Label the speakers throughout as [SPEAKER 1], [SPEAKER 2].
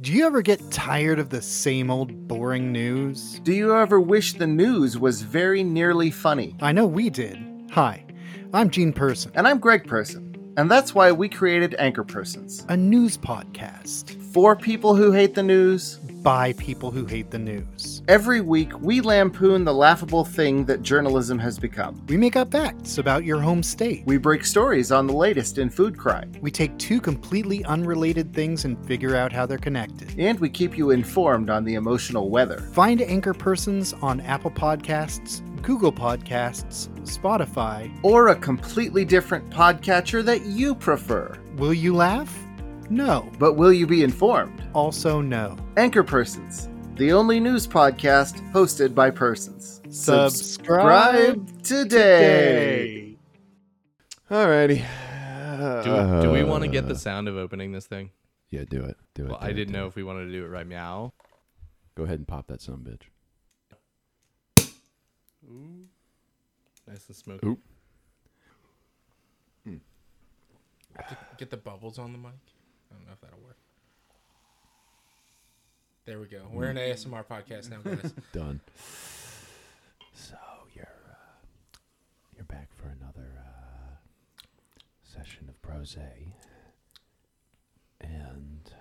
[SPEAKER 1] Do you ever get tired of the same old boring news?
[SPEAKER 2] Do you ever wish the news was very nearly funny?
[SPEAKER 1] I know we did. Hi, I'm Gene Person,
[SPEAKER 2] And I'm Greg Person, and that's why we created Anchor Persons.
[SPEAKER 1] a news podcast
[SPEAKER 2] For people who hate the news,
[SPEAKER 1] by people who hate the news.
[SPEAKER 2] every week we lampoon the laughable thing that journalism has become.
[SPEAKER 1] We make up facts about your home state.
[SPEAKER 2] We break stories on the latest in food crime,
[SPEAKER 1] We take two completely unrelated things and figure out how they're connected.
[SPEAKER 2] and we keep you informed on the emotional weather.
[SPEAKER 1] Find Anchor Persons on Apple Podcasts, Google Podcasts, Spotify.
[SPEAKER 2] Or a completely different podcatcher that you prefer.
[SPEAKER 1] Will you laugh? No.
[SPEAKER 2] But will you be informed?
[SPEAKER 1] Also, no.
[SPEAKER 2] Anchor Persons, the only news podcast hosted by persons.
[SPEAKER 1] Subscribe
[SPEAKER 2] today.
[SPEAKER 3] Alrighty.
[SPEAKER 4] Do, do we want to get the sound of opening this thing?
[SPEAKER 3] Yeah, do it. Do it.
[SPEAKER 4] Well,
[SPEAKER 3] do
[SPEAKER 4] I
[SPEAKER 3] it,
[SPEAKER 4] didn't
[SPEAKER 3] do
[SPEAKER 4] know
[SPEAKER 3] it.
[SPEAKER 4] if we wanted to do it right meow.
[SPEAKER 3] Go ahead and pop that son of a bitch.
[SPEAKER 4] Nice and smoky.
[SPEAKER 3] Oop.
[SPEAKER 4] Get- Hmm. Get the bubbles on the mic. I don't know if that'll work. There we go. We're an ASMR podcast now, guys.
[SPEAKER 3] Done. So you're uh, you're back for another uh, session of prose, and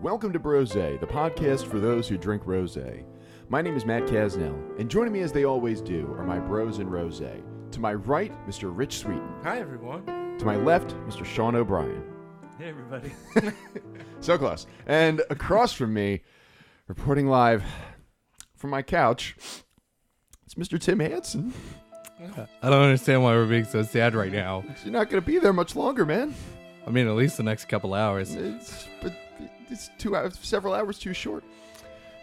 [SPEAKER 3] Welcome to Brose, the podcast for those who drink rosé. My name is Matt Casnell, and joining me as they always do are my bros and rosé. To my right, Mr. Rich Sweeten.
[SPEAKER 4] Hi, everyone.
[SPEAKER 3] To my left, Mr. Sean O'Brien.
[SPEAKER 5] Hey everybody.
[SPEAKER 3] So close. And across from me, reporting live from my couch, it's Mr. Tim Hansen.
[SPEAKER 4] I don't understand why we're being so sad right now.
[SPEAKER 3] You're not going to be there much longer, man.
[SPEAKER 4] I mean, at least the next couple hours.
[SPEAKER 3] It's but it's two hours, several hours too short.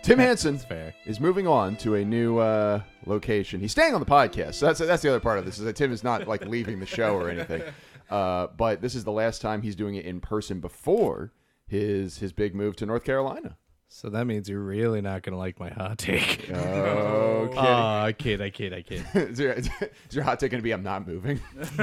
[SPEAKER 3] Tim Hansen
[SPEAKER 4] fair.
[SPEAKER 3] is moving on to a new uh, location. He's staying on the podcast. So that's that's the other part of this is that Tim is not like leaving the show or anything. Uh, but this is the last time he's doing it in person before his his big move to North Carolina.
[SPEAKER 4] So that means you're really not going to like my hot take. Uh.
[SPEAKER 3] Okay.
[SPEAKER 4] Aw, I kid, I kid, I kid.
[SPEAKER 3] is, your, is your hot take going to be I'm not moving?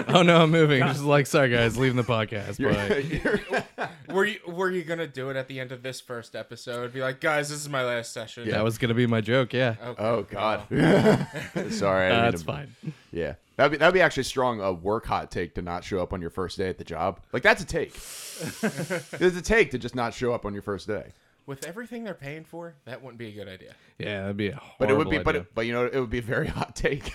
[SPEAKER 4] oh no, I'm moving. Just like, sorry guys, leaving the podcast. Bye.
[SPEAKER 6] Were you were you gonna do it at the end of this first episode? Be like, guys, this is my last session.
[SPEAKER 4] That was gonna be my joke. Yeah,
[SPEAKER 6] Okay.
[SPEAKER 3] oh God. Sorry. I didn't mean
[SPEAKER 4] that's
[SPEAKER 3] to-
[SPEAKER 4] fine.
[SPEAKER 3] Yeah, that'd be that'd be actually strong a work hot take to not show up on your first day at the job. Like that's a take. There's a take to just not show up on your first day.
[SPEAKER 6] With everything they're paying for, that wouldn't be a good idea.
[SPEAKER 4] Yeah, that'd be a
[SPEAKER 3] But it would be,
[SPEAKER 4] horrible
[SPEAKER 3] but
[SPEAKER 4] idea.
[SPEAKER 3] it, but you know, it would be a very hot take.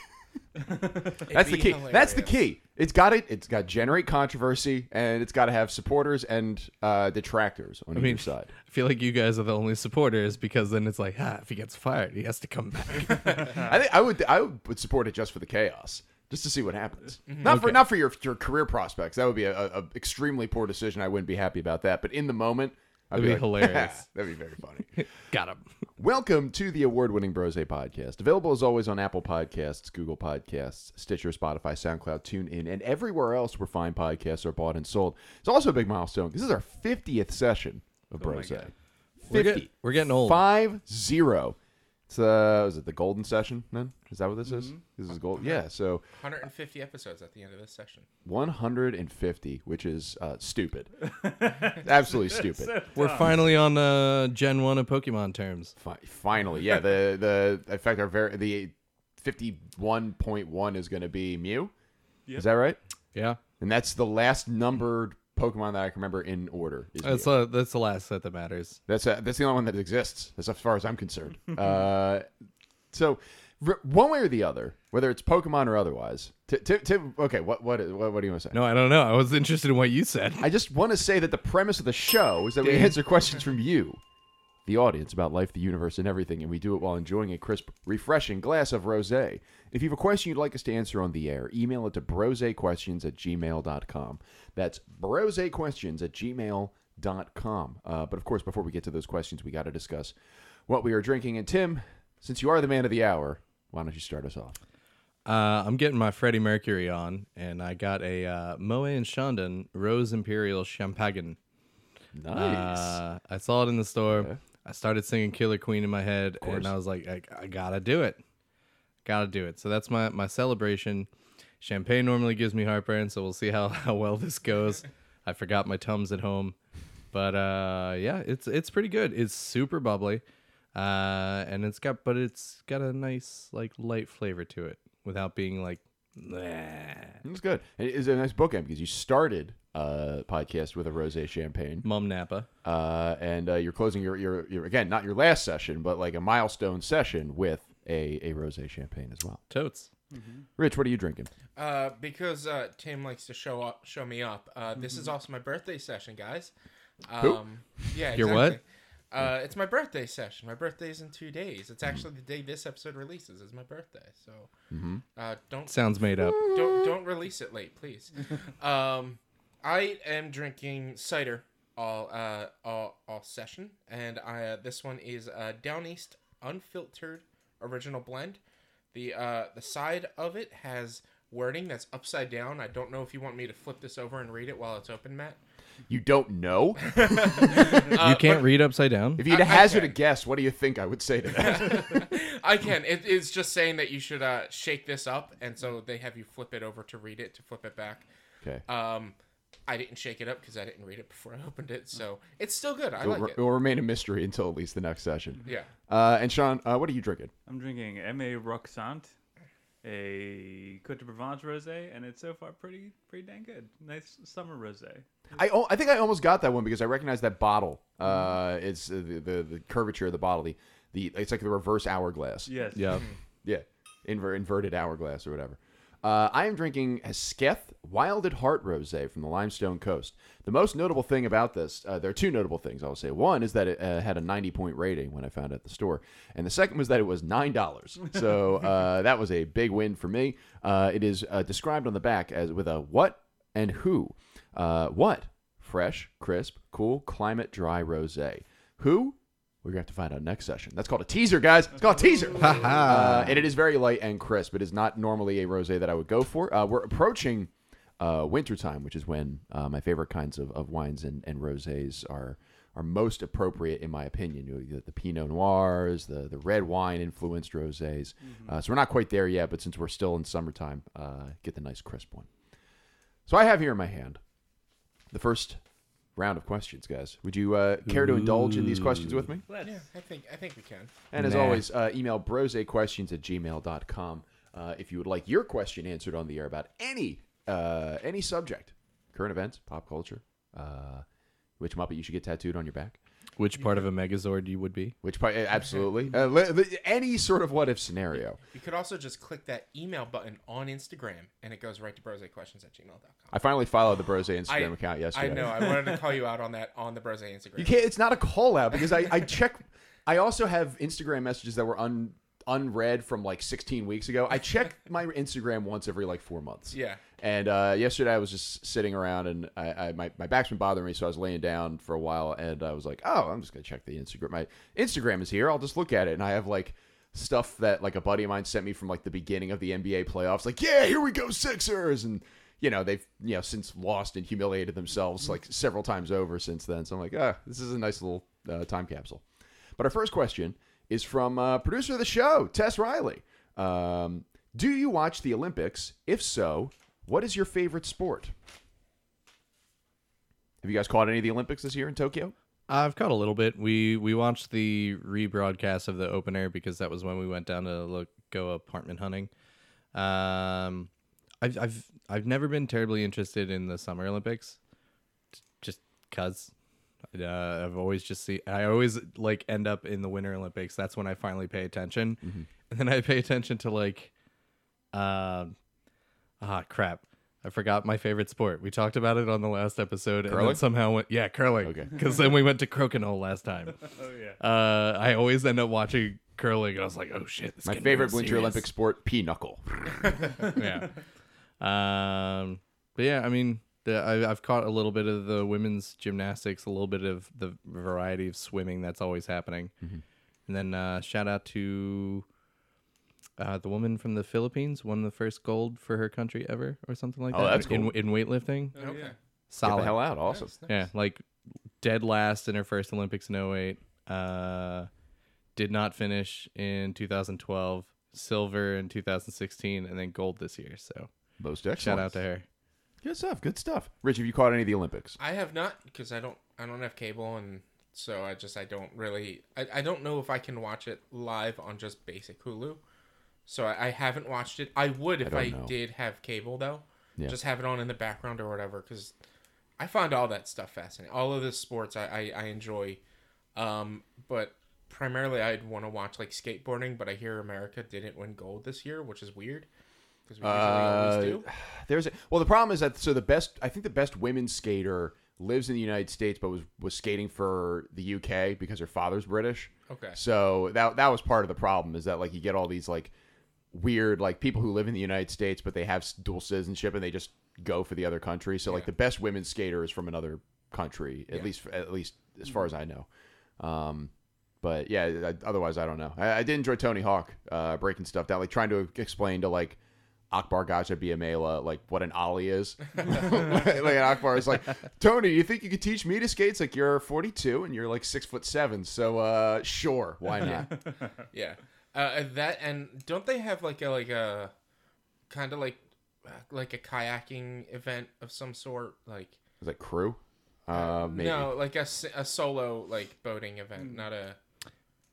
[SPEAKER 3] that's the
[SPEAKER 6] be
[SPEAKER 3] key. That's the
[SPEAKER 6] hilarious.
[SPEAKER 3] key. It's got it. It's got to generate controversy, and it's got to have supporters and uh, detractors on
[SPEAKER 4] mean-
[SPEAKER 3] either side.
[SPEAKER 4] I feel like you guys are the only supporters because then it's like, ah, if he gets fired, he has to come back.
[SPEAKER 3] I think I would I would support it just for the chaos, just to see what happens.
[SPEAKER 4] Mm-hmm.
[SPEAKER 3] Not for not for your your career prospects. That would be a, a extremely poor decision. I wouldn't be happy about that. But in the moment, I'd
[SPEAKER 4] That'd be
[SPEAKER 3] like,
[SPEAKER 4] hilarious.
[SPEAKER 3] that'd be very funny.
[SPEAKER 4] Got him.
[SPEAKER 3] Welcome to the award-winning Brose podcast. Available as always on Apple Podcasts, Google Podcasts, Stitcher, Spotify, SoundCloud, TuneIn, and everywhere else where fine podcasts are bought and sold. It's also a big milestone. This is our 50th session of Brose.
[SPEAKER 4] We're, get- we're getting old.
[SPEAKER 3] Five zero. It's uh, was it the golden session? Then is that what this is? This is gold. Yeah. So
[SPEAKER 6] 150 episodes at the end of this session.
[SPEAKER 3] 150, which is uh, stupid. Absolutely stupid.
[SPEAKER 4] We're finally on uh, Gen One of Pokemon terms.
[SPEAKER 3] Fi- finally, yeah. The the in fact our very the 51.1 is going to be Mew. Is that right?
[SPEAKER 4] Yeah,
[SPEAKER 3] And that's the last numbered Pokemon that I can remember in order. Is Mew.
[SPEAKER 4] that's uh, that's the last set that matters.
[SPEAKER 3] That's a, that's the only one that exists, as far as I'm concerned. uh, so, r- one way or the other, whether it's Pokemon or otherwise, Ti- Ti- Tim. Okay, what what is- what, what do you want to say?
[SPEAKER 4] No, I don't know. I was interested in what you said.
[SPEAKER 3] I just want to say that the premise of the show is that we answer questions from you, the audience, about life, the universe, and everything, and we do it while enjoying a crisp, refreshing glass of rosé. If you have a question you'd like us to answer on the air, email it to broséquestions at gmail.com. That's broséquestions at gmail.com. Uh, but of course, before we get to those questions, we got to discuss what we are drinking. And Tim, since you are the man of the hour, why don't you start us off?
[SPEAKER 4] Uh, I'm getting my Freddie Mercury on, and I got a uh, Moet and Chandon Rose Imperial Champagne.
[SPEAKER 3] Nice.
[SPEAKER 4] Uh, I saw it in the store. I started singing Killer Queen in my head, and I was like, I, I gotta do it. Gotta do it. So that's my, my celebration. Champagne normally gives me heartburn, so we'll see how, how well this goes. I forgot my Tums at home. But uh, yeah, it's it's pretty good. It's super bubbly. Uh, and it's got but it's got a nice like light flavor to it without being like nah.
[SPEAKER 3] That's good. It is a nice bookend because you started uh podcast with a rosé champagne.
[SPEAKER 4] Mum Napa.
[SPEAKER 3] Uh, and uh, you're closing your, your your again, not your last session, but like a milestone session with a a rosé champagne as well.
[SPEAKER 4] Totes.
[SPEAKER 3] Rich, what are you drinking?
[SPEAKER 6] Uh, because uh, Tim likes to show up, show me up. Uh, this
[SPEAKER 4] Mm-hmm.
[SPEAKER 6] is also my birthday session, guys. Um,
[SPEAKER 3] Who?
[SPEAKER 6] Yeah.
[SPEAKER 4] Your what?
[SPEAKER 6] exactly. Uh, it's my birthday session. My birthday is in two days. It's actually the day this episode releases. Is my birthday, so
[SPEAKER 4] Mm-hmm.
[SPEAKER 6] uh, don't
[SPEAKER 4] Sounds made up.
[SPEAKER 6] don't don't release it late, please. um, I am drinking cider all uh all, all session, and I uh, this one is uh, Down East Unfiltered Original Blend. The uh the side of it has wording that's upside down. I don't know if you want me to flip this over and read it while it's open, Matt.
[SPEAKER 3] You don't know.
[SPEAKER 4] you can't read upside down.
[SPEAKER 3] If you had to
[SPEAKER 6] I- I
[SPEAKER 3] hazard a
[SPEAKER 6] can.
[SPEAKER 3] guess, what do you think I would say to that?
[SPEAKER 6] I can. It, it's just saying that you should uh shake this up, and so they have you flip it over to read it to flip it back.
[SPEAKER 3] okay.
[SPEAKER 6] Um, I didn't shake it up because I didn't read it before I opened it, so it's still good. I
[SPEAKER 3] It'll,
[SPEAKER 6] like
[SPEAKER 3] re-
[SPEAKER 6] it.
[SPEAKER 3] it'll remain a mystery until at least the next session.
[SPEAKER 6] Yeah.
[SPEAKER 3] Uh, and Sean, uh, what are you drinking?
[SPEAKER 5] I'm drinking M.A. Roxant, a Cote de Provence rosé, and it's so far pretty pretty dang good. Nice summer rosé.
[SPEAKER 3] I, al- I think I almost got that one because I recognized that bottle. Uh, it's uh, the, the the curvature of the bottle. The, the it's like the reverse hourglass.
[SPEAKER 5] Yes.
[SPEAKER 4] Yeah.
[SPEAKER 3] Yeah, Inver- inverted hourglass or whatever. Uh, I am drinking a Sketh Wild at Heart Rosé from the Limestone Coast. The most notable thing about this, uh, there are two notable things I will say. One is that it uh, had a 90 point rating when I found it at the store, and the second was that it was nine dollars. So uh, that was a big win for me. Uh, it is uh, described on the back as with a what and who. Uh, what fresh, crisp, cool, climate dry rosé. Who we're gonna have to find out next session. That's called a teaser, guys. It's called a teaser. uh, and it is very light and crisp. It is not normally a rosé that I would go for. Uh, we're approaching uh, wintertime, which is when uh, my favorite kinds of, of wines and, and rosés are are most appropriate, in my opinion. You know, the, the Pinot Noirs, the the red wine influenced rosés. Uh, so we're not quite there yet, but since we're still in summertime, uh, get the nice crisp one. So I have here in my hand the first round of questions, guys. Would you uh, care to indulge in these questions with me?
[SPEAKER 6] Yeah, I think I think we can.
[SPEAKER 3] And as
[SPEAKER 4] Nah.
[SPEAKER 3] always, uh, email brosequestions at gmail.com uh, if you would like your question answered on the air about any uh, any subject, current events, pop culture, uh, which Muppet you should get tattooed on your back,
[SPEAKER 4] Which part of a Megazord you would be?
[SPEAKER 3] which part, absolutely, uh, li- li- any sort of what if scenario.
[SPEAKER 6] You could also just click that email button on Instagram, and it goes right to brosequestions at gmail.com.
[SPEAKER 3] I finally followed the Brose Instagram account yesterday.
[SPEAKER 6] I know. I wanted to call you out on that on the brose Instagram.
[SPEAKER 3] You can't. It's not a call out because I, I check. I also have Instagram messages that were un unread from like 16 weeks ago. I check my Instagram once every like four months.
[SPEAKER 6] Yeah.
[SPEAKER 3] And uh, yesterday I was just sitting around and I, I my, my back's been bothering me, so I was laying down for a while and I was like, oh, I'm just gonna check the Instagram. My Instagram is here. I'll just look at it. And I have like stuff that like a buddy of mine sent me from like the beginning of the NBA playoffs. Like, yeah, here we go, Sixers and. You know they've you know since lost and humiliated themselves like several times over since then. So I'm like, ah, this is a nice little uh, time capsule. But our first question is from uh, producer of the show, Tess Riley. Um, do you watch the Olympics? If so, what is your favorite sport? Have you guys caught any of the Olympics this year in Tokyo?
[SPEAKER 4] I've caught a little bit. We we watched the rebroadcast of the open air because that was when we went down to look go apartment hunting. Um, I've I've I've never been terribly interested in the Summer Olympics, j- just cause uh, I've always just see I always like end up in the Winter Olympics. That's when I finally pay attention, and then I pay attention to like, uh, ah crap. I forgot my favorite sport. We talked about it on the last episode, and
[SPEAKER 3] Curling?
[SPEAKER 4] then somehow went yeah curling.
[SPEAKER 3] Okay.
[SPEAKER 4] because then we went to Crokinole last time.
[SPEAKER 5] Oh yeah.
[SPEAKER 4] Uh, I always end up watching curling, and I was like, oh shit, this is
[SPEAKER 3] My
[SPEAKER 4] getting
[SPEAKER 3] favorite
[SPEAKER 4] real
[SPEAKER 3] Winter
[SPEAKER 4] serious.
[SPEAKER 3] Olympic sport, pinochle.
[SPEAKER 4] yeah. Um, but yeah, I mean, the, I, I've caught a little bit of the women's gymnastics, a little bit of the
[SPEAKER 3] Mm-hmm.
[SPEAKER 4] variety of swimming that's always happening, and then uh, shout out to uh, the woman from the Philippines won the first gold for her country ever, or something like
[SPEAKER 3] Oh,
[SPEAKER 4] that.
[SPEAKER 3] that's
[SPEAKER 4] in,
[SPEAKER 3] cool.
[SPEAKER 4] in weightlifting.
[SPEAKER 5] Oh,
[SPEAKER 6] Okay.
[SPEAKER 5] yeah.
[SPEAKER 3] Get
[SPEAKER 4] Solid.
[SPEAKER 3] the hell out. Awesome.
[SPEAKER 6] Nice, nice.
[SPEAKER 4] Yeah, like dead last in her first Olympics in 08. Uh, did not finish in 2012, silver in 2016, and then gold this year. So
[SPEAKER 3] Most
[SPEAKER 4] shout
[SPEAKER 3] excellent.
[SPEAKER 4] out to her.
[SPEAKER 3] Good stuff. Good stuff. Rich, have you caught any of the Olympics?
[SPEAKER 6] I have not because I don't I don't have cable and so I just I don't really I, I don't know if I can watch it live on just basic Hulu. So I, I haven't watched it. I would if
[SPEAKER 3] don't
[SPEAKER 6] I,
[SPEAKER 3] know.
[SPEAKER 6] did have cable though.
[SPEAKER 3] Yeah.
[SPEAKER 6] Just have it on in the background or whatever because I find all that stuff fascinating. All of the sports I, I, I enjoy. Um, but primarily I'd want to watch like skateboarding, but I hear America didn't win gold this year, which is weird. Because we usually
[SPEAKER 3] Uh,
[SPEAKER 6] always do.
[SPEAKER 3] There's a, well, the problem is that so the best I think the best women's skater lives in the United States, but was was skating for the UK because her father's British.
[SPEAKER 6] Okay.
[SPEAKER 3] So that that was part of the problem is that like you get all these like weird like people who live in the United States but they have s- dual citizenship and they just go for the other country. So like the best women's skater is from another country at least at least as far as I know. Um, but yeah, I, otherwise I don't know. I, I did enjoy Tony Hawk uh, breaking stuff down, like trying to explain to like Akbar Gaja Biamela like what an ollie is. like an Akbar is like, Tony, you think you could teach me to skate? It's like you're 42 and you're like six foot seven, so uh, sure, why not?
[SPEAKER 6] Yeah. Uh, that and don't they have like a like a kind of like like a kayaking event of some sort like
[SPEAKER 3] Is that crew? Uh, maybe.
[SPEAKER 6] no like a, s- a solo like boating event not a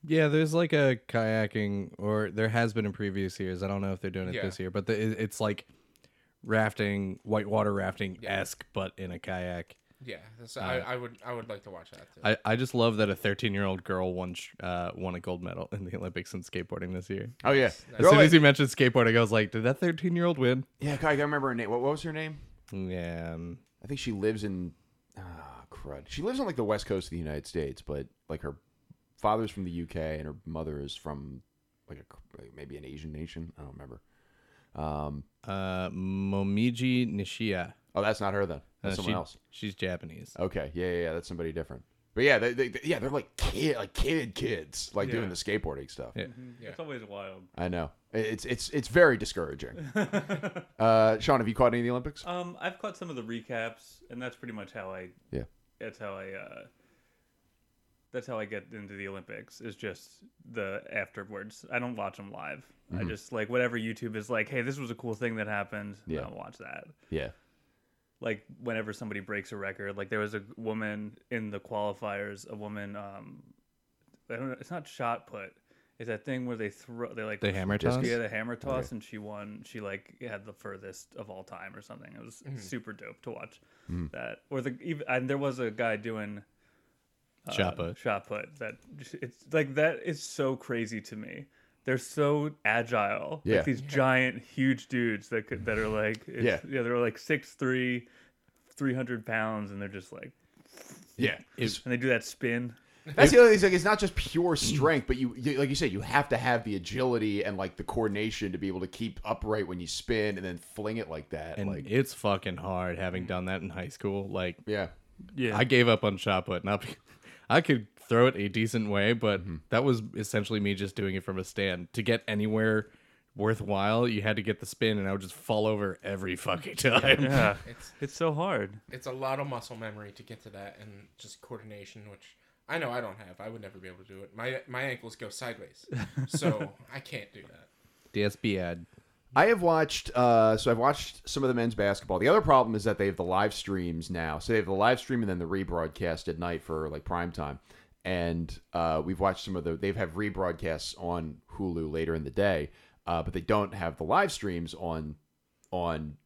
[SPEAKER 4] Yeah, there's like a kayaking, or there has been in previous years. I don't know if they're doing it
[SPEAKER 6] Yeah.
[SPEAKER 4] this year, but the, it- it's like rafting, whitewater rafting esque, but in a kayak.
[SPEAKER 6] yeah so I, I would I would like to watch that too.
[SPEAKER 4] I, I just love that a 13 year old girl won sh- uh, won a gold medal in the Olympics in skateboarding this year.
[SPEAKER 3] Oh yeah.
[SPEAKER 4] As soon as you mentioned skateboarding, I was like, did that 13 year old win?
[SPEAKER 3] yeah, I remember her name. What, what was her name?
[SPEAKER 4] Yeah. um,
[SPEAKER 3] I think she lives in ah crud. She lives on like the west coast of the United States, but like her father's from the UK and her mother is from like a maybe an Asian nation. I don't remember. Um,
[SPEAKER 4] Uh, Momiji Nishiya.
[SPEAKER 3] oh, that's not her then.
[SPEAKER 4] Uh,
[SPEAKER 3] That's someone
[SPEAKER 4] she-
[SPEAKER 3] else.
[SPEAKER 4] She's Japanese.
[SPEAKER 3] Okay, yeah, yeah, yeah, that's somebody different. But yeah, they, they, they- yeah, they're like kid, like kid kids, like doing
[SPEAKER 5] Yeah.
[SPEAKER 3] the skateboarding stuff.
[SPEAKER 4] Yeah.
[SPEAKER 6] Yeah.
[SPEAKER 5] It's always wild.
[SPEAKER 3] I know. It's it's it's very discouraging. uh, Sean, have you caught any of the Olympics?
[SPEAKER 5] Um, I've caught some of the recaps, and that's pretty much how I.
[SPEAKER 3] Yeah.
[SPEAKER 5] That's how I. Uh, that's how I get into the Olympics. Is just the afterwards. I don't watch them live. I just like whatever YouTube is like. Hey, this was a cool thing that happened.
[SPEAKER 3] Yeah.
[SPEAKER 5] I'll watch that.
[SPEAKER 3] Yeah.
[SPEAKER 5] Like whenever somebody breaks a record, like there was a woman in the qualifiers, a woman. Um, I don't know. It's not shot put. It's that thing where they throw. They like
[SPEAKER 4] The hammer
[SPEAKER 3] Disc-
[SPEAKER 4] toss?
[SPEAKER 5] yeah, the hammer toss, and she won. She like had the furthest of all time or something. It was super dope to watch
[SPEAKER 4] Mm-hmm.
[SPEAKER 5] that. Or the even and there was a guy doing
[SPEAKER 3] Uh,
[SPEAKER 4] Shot put.
[SPEAKER 5] um, shot put. That it's like that is so crazy to me. They're so agile.
[SPEAKER 3] Yeah.
[SPEAKER 5] like these giant, huge dudes that could that are like it's,
[SPEAKER 3] Yeah.
[SPEAKER 5] yeah, they're like six three, three hundred pounds, and they're just like
[SPEAKER 3] Yeah.
[SPEAKER 5] and they do that spin.
[SPEAKER 3] That's the other thing. Is like it's not just pure strength, but you, you like you said, you have to have the agility and like the coordination to be able to keep upright when you spin and then fling it like that.
[SPEAKER 4] And
[SPEAKER 3] like
[SPEAKER 4] it's fucking hard having done that in high school. Like,
[SPEAKER 3] yeah,
[SPEAKER 5] Yeah,
[SPEAKER 4] I gave up on shot put. Not be- I could throw it a decent way, but
[SPEAKER 3] Mm-hmm.
[SPEAKER 4] that was essentially me just doing it from a stand. To get anywhere worthwhile, you had to get the spin, and I would just fall over every fucking time.
[SPEAKER 5] yeah.
[SPEAKER 6] it's
[SPEAKER 5] It's so hard.
[SPEAKER 6] it's a lot of muscle memory to get to that and just coordination which I know I don't have I would never be able to do it my my ankles go sideways so I can't do that
[SPEAKER 4] DSB ad.
[SPEAKER 3] I have watched. Uh, so I've watched some of the men's basketball. The other problem is that they have the live streams now. So they have the live stream and then the rebroadcast at night for like prime time. And uh, we've watched some of the. They've have rebroadcasts on Hulu later in the day, uh, but they don't have the live streams on on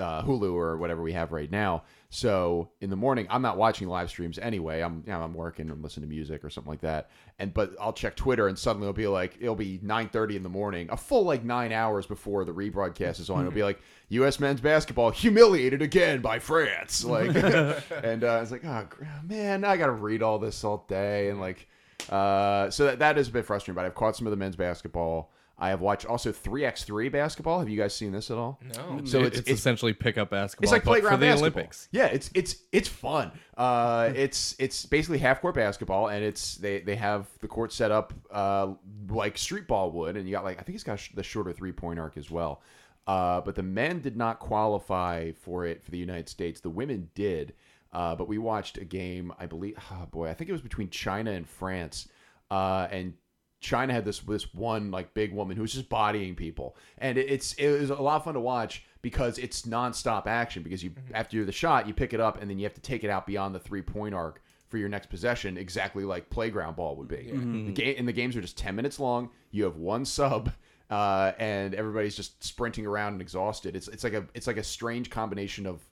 [SPEAKER 3] uh, Hulu or whatever we have right now. So in the morning, I'm not watching live streams anyway. I'm you know, I'm working, I'm listening to music or something like that. And but I'll check Twitter, and suddenly it'll be like it'll be 9:30 in the morning, a full like nine hours before the rebroadcast is on. It'll be like U.S. men's basketball humiliated again by France, like, and uh, it's like oh gr- man, now I got to read all this all day and like. Uh, so that, that is a bit frustrating, but I've caught some of the men's basketball. I have watched also 3x3 basketball. Have you guys seen this at all?
[SPEAKER 6] No.
[SPEAKER 3] So
[SPEAKER 4] it's,
[SPEAKER 3] it's- it's-
[SPEAKER 4] essentially pickup basketball.
[SPEAKER 3] It's like
[SPEAKER 4] but
[SPEAKER 3] playground
[SPEAKER 4] for the
[SPEAKER 3] basketball.
[SPEAKER 4] Olympics.
[SPEAKER 3] Yeah, it's it's it's fun. Uh, it's it's basically half court basketball, and it's they they have the court set up uh, like street ball would, and you got like I think it's got sh- the shorter three point arc as well. Uh, but the men did not qualify for it for the United States. The women did. Uh, but we watched a game, I believe. Oh boy, I think it was between China and France, uh, and China had this this one like big woman who was just bodying people, and it, it's it was a lot of fun to watch because it's nonstop action. Because you after you do the shot, you pick it up and then you have to take it out beyond the three point arc for your next possession, exactly like playground ball would be. The game and the games are just ten minutes long. You have one sub. Uh, and everybody's just sprinting around and exhausted. It's it's like a it's like a strange combination of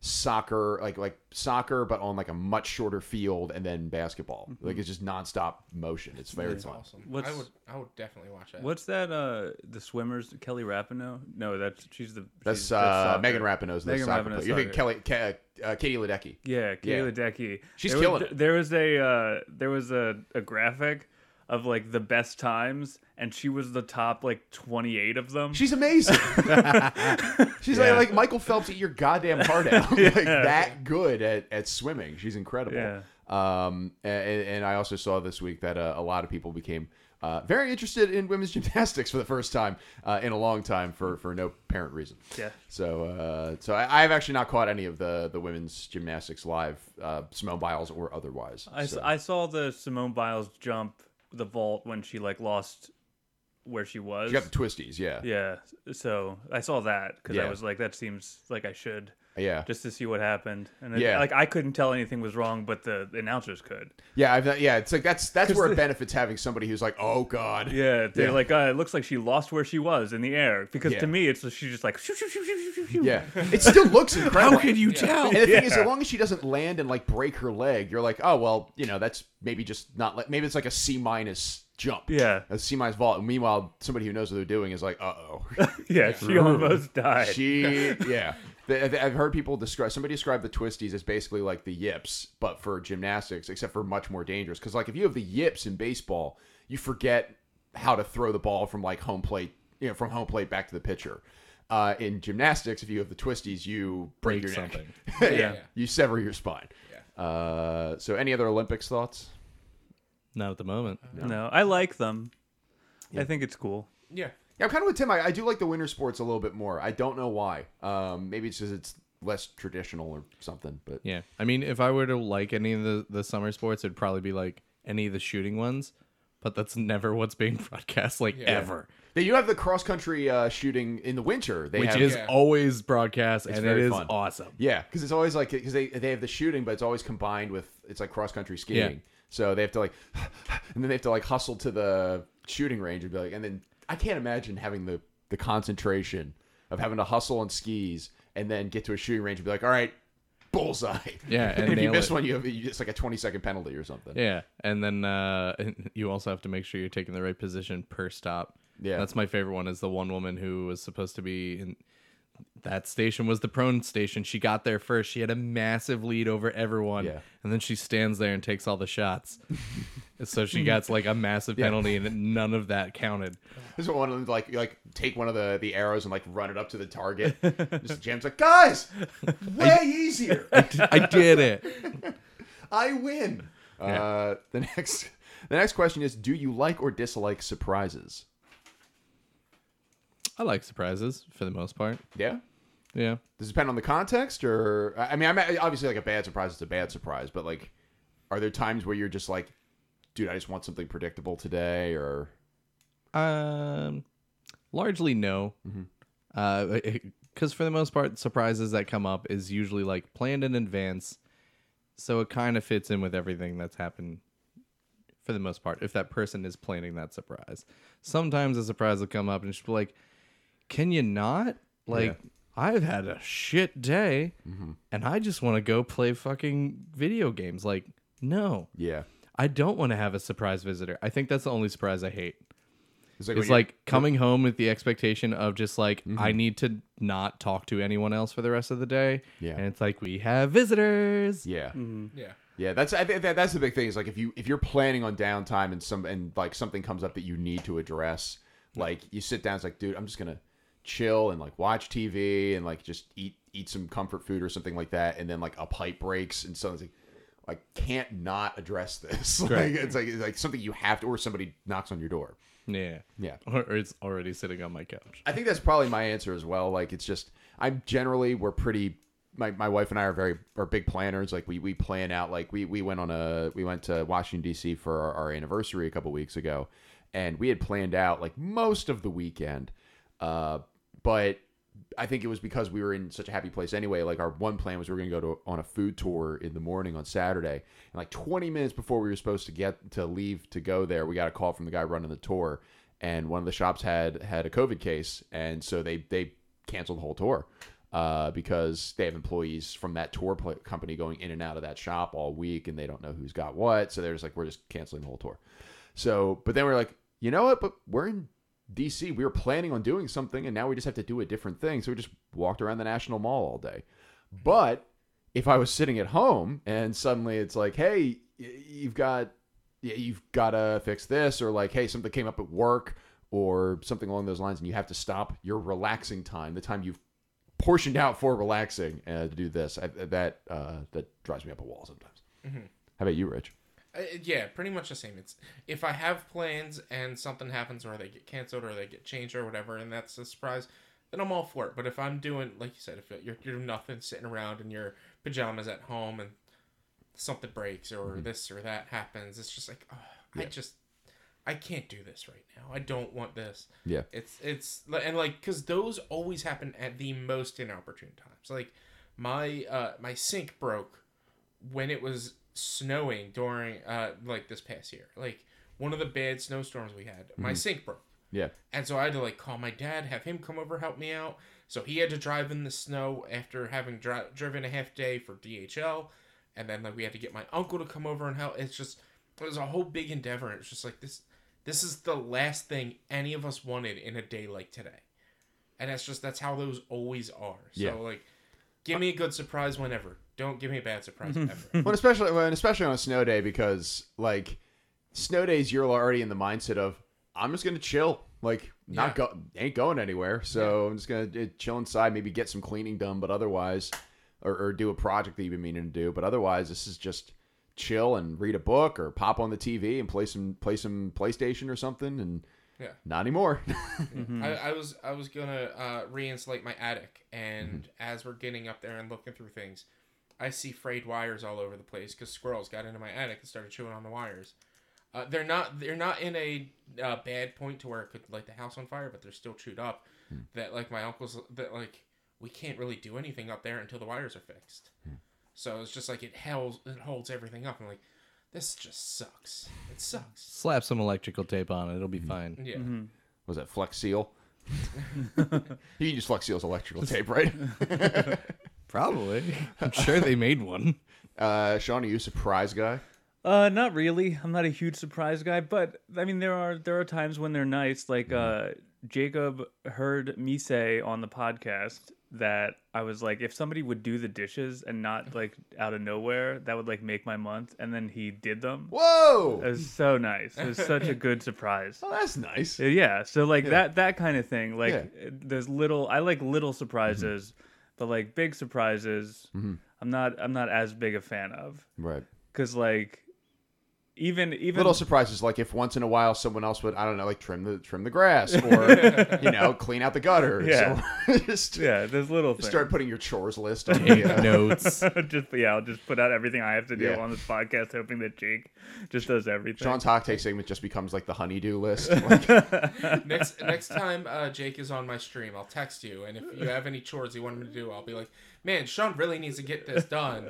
[SPEAKER 3] soccer, like like soccer, but on like a much shorter field, and then basketball. Like it's just nonstop motion. It's very
[SPEAKER 6] That's
[SPEAKER 3] fun.
[SPEAKER 6] awesome. I
[SPEAKER 5] What's-
[SPEAKER 6] would I would definitely watch that.
[SPEAKER 5] What's that? Uh, the swimmers, Kelly Rapinoe. No, that's she's the she's,
[SPEAKER 3] That's uh,
[SPEAKER 5] soccer.
[SPEAKER 3] Megan Rapinoe's the
[SPEAKER 5] Megan
[SPEAKER 3] soccer
[SPEAKER 5] Rapinoe's
[SPEAKER 3] player. You think Kelly,
[SPEAKER 5] soccer.
[SPEAKER 3] Ke- uh, Katie Ledecky?
[SPEAKER 5] Yeah,
[SPEAKER 3] Yeah.
[SPEAKER 5] Kayla Decky.
[SPEAKER 3] She's
[SPEAKER 5] there
[SPEAKER 3] killing
[SPEAKER 5] was,
[SPEAKER 3] it.
[SPEAKER 5] There was a uh, there was a, a graphic of like the best times, and she was the top like twenty eight of them.
[SPEAKER 3] She's amazing. She's like,
[SPEAKER 5] Yeah.
[SPEAKER 3] like Michael Phelps. Eat your goddamn heart out. like that good at, at swimming. She's incredible.
[SPEAKER 5] Yeah.
[SPEAKER 3] Um, and, and I also saw this week that uh, a lot of people became uh, very interested in women's gymnastics for the first time uh, in a long time for, for no apparent reason.
[SPEAKER 5] Yeah.
[SPEAKER 3] So, uh, so I, I've actually not caught any of the, the women's gymnastics live, uh, Simone Biles or otherwise.
[SPEAKER 5] I, s-
[SPEAKER 3] So-
[SPEAKER 5] I saw the Simone Biles jump the vault when she like lost where she was.
[SPEAKER 3] she got the twisties. Yeah.
[SPEAKER 5] yeah, so I saw that because
[SPEAKER 3] Yeah.
[SPEAKER 5] I was like, that seems like I should
[SPEAKER 3] Yeah.
[SPEAKER 5] just to see what happened, and then,
[SPEAKER 3] Yeah.
[SPEAKER 5] like I couldn't tell anything was wrong, but the announcers could.
[SPEAKER 3] Yeah, I've, yeah, it's like that's that's where it benefits having somebody who's like, oh god,
[SPEAKER 5] Yeah, they're
[SPEAKER 3] Yeah.
[SPEAKER 5] like, uh, it looks like she lost where she was in the air because
[SPEAKER 3] Yeah.
[SPEAKER 5] to me, it's she's just like, shoo, shoo, shoo, shoo, shoo, shoo, shoo.
[SPEAKER 3] yeah. It still looks incredible.
[SPEAKER 4] you tell?
[SPEAKER 3] And the thing is, as long as she doesn't land and like break her leg, you're like, oh well, you know, that's maybe just not like maybe it's like a C minus jump,
[SPEAKER 5] Yeah.
[SPEAKER 3] a C minus vault. And meanwhile, somebody who knows what they're doing is like, uh oh,
[SPEAKER 5] yeah, she almost died.
[SPEAKER 3] she, yeah. The- I've I've heard people describe somebody describe the twisties as basically like the yips, but for gymnastics, except for much more dangerous. Because like if you have the yips in baseball, you forget how to throw the ball from like home plate, you know, from home plate back to the pitcher. Uh, in gymnastics, if you have the twisties, you break,
[SPEAKER 4] Break
[SPEAKER 3] your neck.
[SPEAKER 4] something.
[SPEAKER 3] yeah,
[SPEAKER 6] yeah.
[SPEAKER 3] you sever your spine. Uh, so any other Olympics thoughts?
[SPEAKER 4] Not at the moment.
[SPEAKER 5] no, I like them. I think it's cool.
[SPEAKER 6] Yeah.
[SPEAKER 3] Yeah, I'm kind of with Tim. I, I do like the winter sports a little bit more. I don't know why. Um, maybe it's because it's less traditional or something. But
[SPEAKER 4] Yeah. I mean, if I were to like any of the, the summer sports, it'd probably be like any of the shooting ones, but that's never what's being broadcast, like ever,
[SPEAKER 3] They do have the cross country uh, shooting in the winter, they
[SPEAKER 4] which
[SPEAKER 3] have,
[SPEAKER 4] is
[SPEAKER 6] Yeah.
[SPEAKER 4] always broadcast and it
[SPEAKER 3] very
[SPEAKER 4] is
[SPEAKER 3] fun.
[SPEAKER 4] awesome.
[SPEAKER 3] yeah, because it's always like because they they have the shooting, but it's always combined with it's like cross country skiing.
[SPEAKER 4] Yeah.
[SPEAKER 3] So they have to like, and then they have to like hustle to the shooting range and be like, and then I can't imagine having the the concentration of having to hustle on skis and then get to a shooting range and be like, all right, bullseye.
[SPEAKER 4] Yeah, and
[SPEAKER 3] if you
[SPEAKER 4] nail
[SPEAKER 3] miss
[SPEAKER 4] it.
[SPEAKER 3] one, you have you- it's like a twenty second penalty or something.
[SPEAKER 4] Yeah, and then uh, you also have to make sure you're taking the right position per stop.
[SPEAKER 3] Yeah.
[SPEAKER 4] that's my favorite one. Is the one woman who was supposed to be in that station was the prone station. She got there first. She had a massive lead over everyone,
[SPEAKER 3] Yeah.
[SPEAKER 4] and then she stands there and takes all the shots. so she gets like a massive penalty, and none of that counted.
[SPEAKER 3] This one of them, like you, like take one of the the arrows and like run it up to the target. Just Jam's like, guys, way easier.
[SPEAKER 4] I did it.
[SPEAKER 3] I win. Uh, the next the next question is: Do you like or dislike surprises?
[SPEAKER 4] I like surprises for the most part.
[SPEAKER 3] Yeah.
[SPEAKER 4] Yeah,
[SPEAKER 3] Does it depend on the context, or I I mean, I'm obviously like a bad surprise is a bad surprise, but like, are there times where you're just like, dude, I just want something predictable today, or
[SPEAKER 4] Um, largely no. Uh, because for the most part, surprises that come up is usually like planned in advance, so it kind of fits in with everything that's happened. For the most part, if that person is planning that surprise, sometimes a surprise will come up and she'll be like, "Can you not? Like, I've had a shit day, and I just want to go play fucking video games. Like, no."
[SPEAKER 3] yeah,
[SPEAKER 4] I don't want to have a surprise visitor. I think that's the only surprise I hate.
[SPEAKER 3] it's like, when
[SPEAKER 4] It's
[SPEAKER 3] you-
[SPEAKER 4] like coming home with the Mm-hmm. expectation of just like I need to not talk to anyone else for the rest of the day.
[SPEAKER 3] Yeah.
[SPEAKER 4] and it's like we have visitors.
[SPEAKER 3] yeah,
[SPEAKER 6] Yeah.
[SPEAKER 3] yeah. That's I think that, that's the big thing is like if you if you're planning on downtime and some and like something comes up that you need to address. Like you sit down, it's like, dude, I'm just gonna chill and like watch TV and like just eat eat some comfort food or something like that, and then like a pipe breaks and something's like. I can't not address this. like it's like it's like something you have to, or somebody knocks on your door.
[SPEAKER 4] Yeah.
[SPEAKER 3] Yeah.
[SPEAKER 4] Or, or it's already sitting on my couch.
[SPEAKER 3] I think that's probably my answer as well. Like it's just I'm generally we're pretty my, my wife and I are very are big planners. Like we we plan out like we we went on a we went to Washington DC for our, our anniversary a couple weeks ago and we had planned out like most of the weekend. Uh but I think it was because we were in such a happy place anyway. Like our one plan was we were going to go to on a food tour in the morning on Saturday, and like 20 minutes before we were supposed to get to leave to go there, we got a call from the guy running the tour, and one of the shops had had a COVID case, and so they they canceled the whole tour uh, because they have employees from that tour pl- company going in and out of that shop all week, and they don't know who's got what. So they're just like, we're just canceling the whole tour. So, but then we're like, you know what? But we're in DC. We were planning on doing something, and now we just have to do a different thing. So we just walked around the National Mall all day. But if I was sitting at home and suddenly it's like, hey, y- you've got yeah, you've got to fix this, or like, hey, something came up at work, or something along those lines, and you have to stop your relaxing time, the time you've portioned out for relaxing uh, to do this. I, that uh, that drives me up a wall sometimes. How about you, Rich?
[SPEAKER 6] Uh, yeah, pretty much the same. It's if I have plans and something happens or they get canceled or they get changed or whatever, and that's a surprise, then I'm all for it. But if I'm doing like you said, if you're you're doing nothing, sitting around in your pajamas at home, and something breaks or this or that happens, it's just like oh, I just I can't do this right now. I don't want this.
[SPEAKER 3] Yeah.
[SPEAKER 6] It's it's and like because those always happen at the most inopportune times. Like my uh my sink broke when it was snowing during uh like this past year. Like one of the bad snowstorms we had, my sink broke.
[SPEAKER 3] Yeah,
[SPEAKER 6] And so I had to like call my dad, have him come over, help me out. So he had to drive in the snow after having dri- driven a half day for DHL, and then like we had to get my uncle to come over and help. It's just it was a whole big endeavor. It's just like this. This is the last thing any of us wanted in a day like today, and that's just that's how those always are. So
[SPEAKER 3] Yeah.
[SPEAKER 6] like, give me a good surprise whenever. Don't give me a bad surprise ever.
[SPEAKER 3] well, especially well, and especially on a snow day because like snow days, you're already in the mindset of I'm just gonna chill, like not go, ain't going anywhere. So I'm just gonna uh, chill inside, maybe get some cleaning done, but otherwise, or, or do a project that you've been meaning to do, but otherwise, this is just chill and read a book or pop on the TV and play some play some PlayStation or something, and
[SPEAKER 6] Yeah.
[SPEAKER 3] not anymore.
[SPEAKER 6] I, I was I was gonna uh, reinsulate my attic, and as we're getting up there and looking through things, I see frayed wires all over the place because squirrels got into my attic and started chewing on the wires. Uh, they're not they're not in a uh, bad point to where it could light the house on fire, but they're still chewed up. That like my uncle's that like we can't really do anything up there until the wires are fixed. So it's just like it holds it holds everything up. I'm like, this just sucks. It sucks.
[SPEAKER 4] Slap some electrical tape on it. It'll be fine.
[SPEAKER 6] Yeah.
[SPEAKER 3] Was that Flex Seal? you can use Flex Seal's electrical tape, right?
[SPEAKER 4] Probably. I'm sure they made one.
[SPEAKER 3] Uh, Sean, are you a surprise guy?
[SPEAKER 5] Uh, not really. I'm not a huge surprise guy, but I mean, there are there are times when they're nice. Like uh, Jacob heard me say on the podcast that I was like, if somebody would do the dishes and not like out of nowhere, that would like make my month. And then he did them.
[SPEAKER 3] Whoa!
[SPEAKER 5] It was so nice. It was such a good surprise.
[SPEAKER 3] Oh, that's nice.
[SPEAKER 5] Uh, Yeah. So like that that kind of thing. Like
[SPEAKER 3] Yeah. Mm-hmm.
[SPEAKER 5] uh, there's little I like little surprises, but like big surprises I'm not I'm not as big a fan of.
[SPEAKER 3] Right.
[SPEAKER 5] Cause like even even
[SPEAKER 3] Little surprises, like if once in a while someone else would, I don't know, like trim the trim the grass or you know clean out the gutters.
[SPEAKER 5] Yeah.
[SPEAKER 3] Or just
[SPEAKER 5] Yeah, there's little things.
[SPEAKER 3] start putting your chores list on the uh,
[SPEAKER 4] Notes.
[SPEAKER 5] just yeah, I'll just put out everything I have to do
[SPEAKER 3] Yeah.
[SPEAKER 5] on this podcast hoping that Jake just does everything.
[SPEAKER 3] Sean's hot take segment just becomes like the honeydew list. Like,
[SPEAKER 6] next next time uh, Jake is on my stream, I'll text you, and if you have any chores you want him to do, I'll be like, "Man, Sean really needs to get this done,"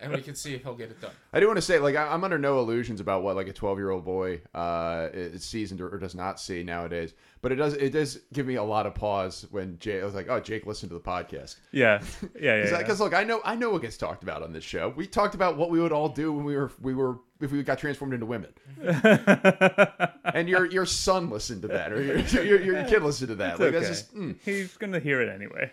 [SPEAKER 6] and we can see if he'll get it done.
[SPEAKER 3] I do want to say, like, I- I'm under no illusions about what like a 12 year old boy uh, is sees and or does not see nowadays. But it does it does give me a lot of pause when Jake I was like, oh, Jake, listen to the podcast.
[SPEAKER 5] yeah. Yeah, yeah. yeah.
[SPEAKER 3] Because look, I know I know what gets talked about on this show. We talked about what we would all do when we were we were if we got transformed into women. and your your son listened to that, or your your, your kid listened to that. like that's
[SPEAKER 5] okay.
[SPEAKER 3] just mm.
[SPEAKER 5] He's gonna hear it anyway.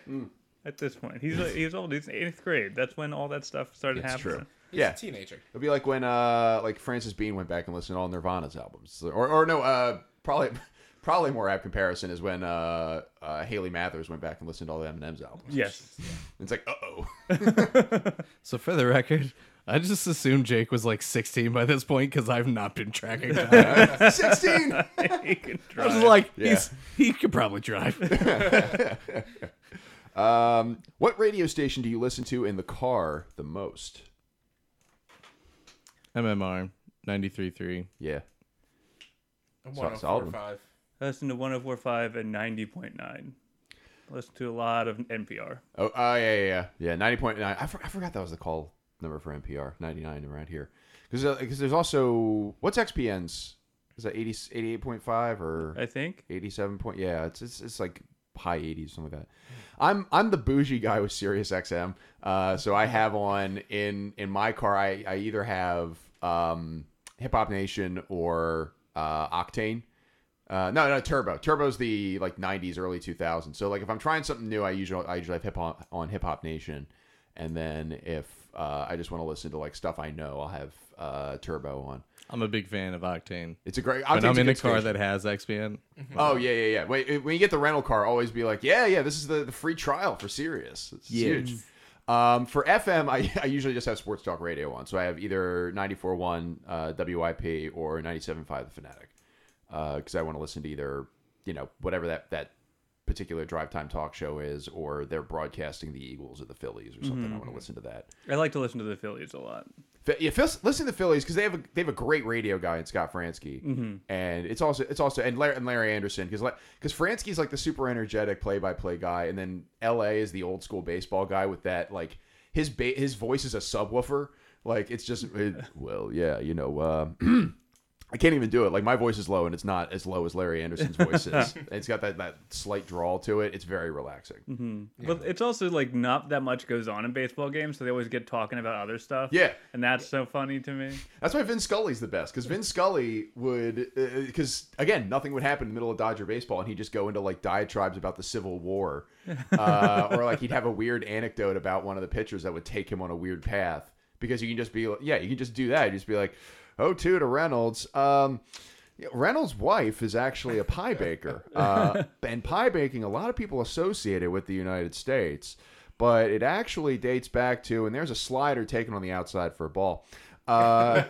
[SPEAKER 5] At this point, he's he's old. He's in eighth grade. That's when all that stuff started
[SPEAKER 3] It's
[SPEAKER 5] happening.
[SPEAKER 3] true.
[SPEAKER 6] He's
[SPEAKER 3] Yeah.
[SPEAKER 6] a teenager.
[SPEAKER 3] It'd be like when uh like Francis Bean went back and listened to all Nirvana's albums, or or no, uh probably Probably more apt comparison is when uh, uh, Haley Mathers went back and listened to all the Eminem's albums.
[SPEAKER 5] Yes.
[SPEAKER 3] It's like, uh oh.
[SPEAKER 4] So for the record, I just assumed Jake was like 16 by this point because I've not been tracking time.
[SPEAKER 3] 16!
[SPEAKER 5] he can
[SPEAKER 4] I was
[SPEAKER 5] drive.
[SPEAKER 4] like,
[SPEAKER 3] Yeah.
[SPEAKER 4] he's he could probably drive.
[SPEAKER 3] Um, what radio station do you listen to in the car the most?
[SPEAKER 4] MMR 93.3.
[SPEAKER 3] Yeah.
[SPEAKER 6] A
[SPEAKER 3] So- solid one.
[SPEAKER 6] 104.5.
[SPEAKER 5] I listen to 104.5 and 90.9. I listen to a lot of NPR.
[SPEAKER 3] Oh, oh yeah, yeah, yeah. Yeah, 90.9. I, for- I forgot that was the call number for NPR, 99 around here. Because there's also, what's XPN's? Is that 80, 88.5 or
[SPEAKER 5] I think.
[SPEAKER 3] 87 point? Yeah, it's, it's, it's like high 80s, something like that. I'm I'm the bougie guy with Sirius XM. Uh, so I have on in in my car, I, I either have um, Hip Hop Nation or uh, Octane. Uh, no, no, Turbo. Turbo's the like '90s, early 2000s. So like, if I'm trying something new, I usually I usually have hip hop on Hip Hop Nation, and then if uh, I just want to listen to like stuff I know, I'll have uh, Turbo on.
[SPEAKER 4] I'm a big fan of Octane.
[SPEAKER 3] It's a great.
[SPEAKER 4] When
[SPEAKER 3] Octane's
[SPEAKER 4] I'm in a
[SPEAKER 3] good
[SPEAKER 4] car
[SPEAKER 3] station.
[SPEAKER 4] that has XPN,
[SPEAKER 3] Oh yeah, yeah, yeah. Wait, it- when you get the rental car, always be like, yeah, yeah, this is the, the free trial for Sirius. It's huge. Um, for FM, I, I usually just have sports talk radio on, so I have either 94.1 uh, WIP or 97.5 The Fanatic, because I want to listen to either you know whatever that that particular drive time talk show is, or they're broadcasting the Eagles or the Phillies or something. I want to listen to that.
[SPEAKER 5] I like to listen to the Phillies a lot.
[SPEAKER 3] F- Yeah, Phil, listen to the Phillies because they have a they have a great radio guy in Scott Fransky, and it's also it's also and Larry, and Larry Anderson because because Fransky's like the super energetic play by play guy, and then L.A. is the old school baseball guy with that like his ba- his voice is a subwoofer, like it's just it- well yeah you know uh, I can't even do it like my voice is low and it's not as low as Larry Anderson's voice is. It's got that that slight drawl to it. It's very relaxing.
[SPEAKER 5] But it's also like not that much goes on in baseball games, so they always get talking about other stuff.
[SPEAKER 3] Yeah.
[SPEAKER 5] And that's so funny to me.
[SPEAKER 3] That's why Vin Scully's the best because Vin Scully would because again nothing would happen in the middle of Dodger baseball and he'd just go into like diatribes about the Civil War uh, or like he'd have a weird anecdote about one of the pitchers that would take him on a weird path because you can just be yeah you can just do that you just be like oh two to Reynolds um, yeah, Reynolds' wife is actually a pie baker uh, and pie baking a lot of people associate it with the United States but it actually dates back to and there's a slider taken on the outside for a ball. Uh,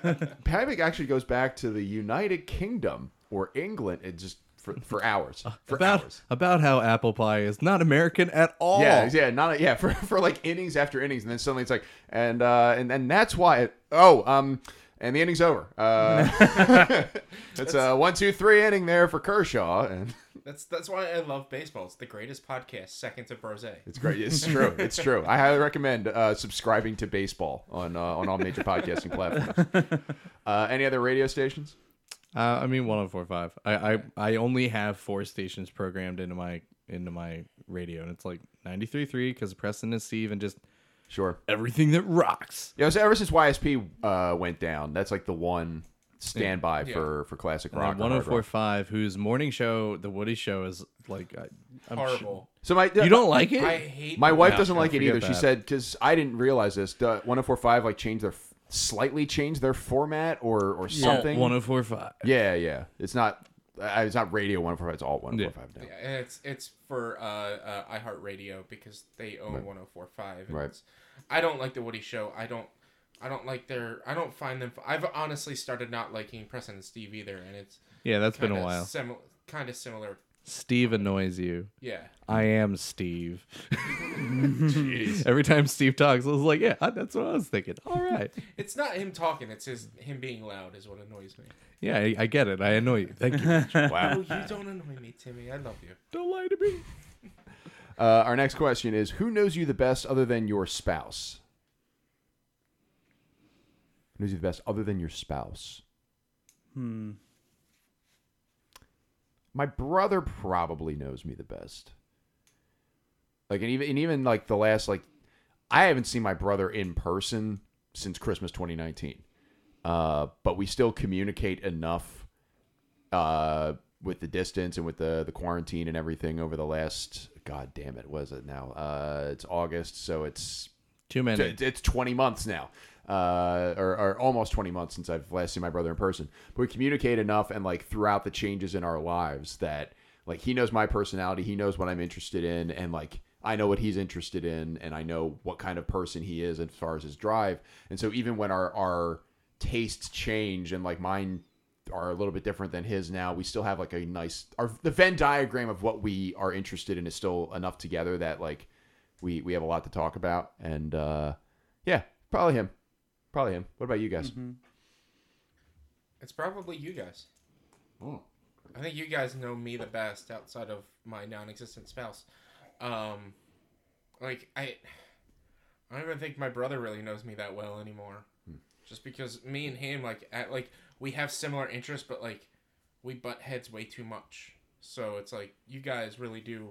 [SPEAKER 3] Pavlik actually goes back to the United Kingdom or England. It just for, for hours. For
[SPEAKER 4] about
[SPEAKER 3] hours.
[SPEAKER 4] about how apple pie is not American at all.
[SPEAKER 3] Yeah, yeah, not yeah for, for like innings after innings, and then suddenly it's like, and uh, and and that's why. It, oh, um, and the inning's over. Uh, it's a one, two, three inning there for Kershaw, and
[SPEAKER 6] That's that's why I love baseball. It's the greatest podcast, second to Brose.
[SPEAKER 3] it's great. It's true. It's true. I highly recommend uh, subscribing to baseball on uh, on all major podcasting platforms. Uh, any other radio stations?
[SPEAKER 4] Uh, I mean 104.5. I, I I only have four stations programmed into my into my radio, and it's like 93.3 because Preston and Steve and just
[SPEAKER 3] Sure.
[SPEAKER 4] everything that rocks.
[SPEAKER 3] Yeah, so ever since YSP uh, went down, that's like the one standby for for classic
[SPEAKER 4] And
[SPEAKER 3] rock.
[SPEAKER 4] then
[SPEAKER 3] or hard rock.
[SPEAKER 4] 104.5, whose morning show, the Woody Show, is like I, I'm sh-
[SPEAKER 6] Horrible.
[SPEAKER 3] So my
[SPEAKER 4] you don't like it?
[SPEAKER 6] I hate
[SPEAKER 3] my wife
[SPEAKER 4] No,
[SPEAKER 3] doesn't
[SPEAKER 4] no,
[SPEAKER 3] like it
[SPEAKER 4] forget
[SPEAKER 3] either. She
[SPEAKER 4] that.
[SPEAKER 3] said because I didn't realize this. The 1045 like changed their f- slightly changed their format or or something.
[SPEAKER 4] 104.5.
[SPEAKER 3] yeah, yeah. It's not uh, it's not radio 104. It's all 104.5 now.
[SPEAKER 6] Yeah, and it's it's for uh, uh, iHeartRadio because they own 104.5. and
[SPEAKER 3] Right.
[SPEAKER 6] it's- I don't like the Woody Show. I don't. I don't like their. I don't find them. I've honestly started not liking Preston and Steve either, and it's
[SPEAKER 4] Yeah, that's been a
[SPEAKER 6] kinda
[SPEAKER 4] while.
[SPEAKER 6] Simi- kind of similar.
[SPEAKER 4] Steve annoys you.
[SPEAKER 6] Yeah.
[SPEAKER 4] I am Steve. Every time Steve talks, I was like, yeah, that's what I was thinking. All right.
[SPEAKER 6] It's not him talking. It's his him being loud is what annoys me.
[SPEAKER 4] Yeah, I, I get it. I annoy you. Thank you.
[SPEAKER 6] oh, you don't annoy me, Timmy. I love you.
[SPEAKER 4] Don't lie to me.
[SPEAKER 3] Uh, our next question is who knows you the best other than your spouse? Who knows you the best other than your spouse?
[SPEAKER 5] Hmm.
[SPEAKER 3] my brother probably knows me the best. Like and even and even like the last like I haven't seen my brother in person since Christmas 2019. Uh, but we still communicate enough uh, with the distance and with the the quarantine and everything over the last god damn it was it now uh, it's August so it's
[SPEAKER 4] Too many.
[SPEAKER 3] it's 20 months now uh, or, or almost 20 months since I've last seen my brother in person. But we communicate enough and like throughout the changes in our lives that like he knows my personality, he knows what I'm interested in, and like I know what he's interested in, and I know what kind of person he is as far as his drive. And so even when our our tastes change and like mine are a little bit different than his now, we still have like a nice our the Venn diagram of what we are interested in is still enough together that like we we have a lot to talk about. And uh yeah, probably him. Probably him. What about you guys?
[SPEAKER 6] It's probably you guys.
[SPEAKER 4] Hmm.
[SPEAKER 6] I think you guys know me the best outside of my non-existent spouse. Um, like I, I don't even think my brother really knows me that well anymore.
[SPEAKER 4] Hmm.
[SPEAKER 6] Just because me and him, like, at, like we have similar interests, but like we butt heads way too much. So it's like you guys really do.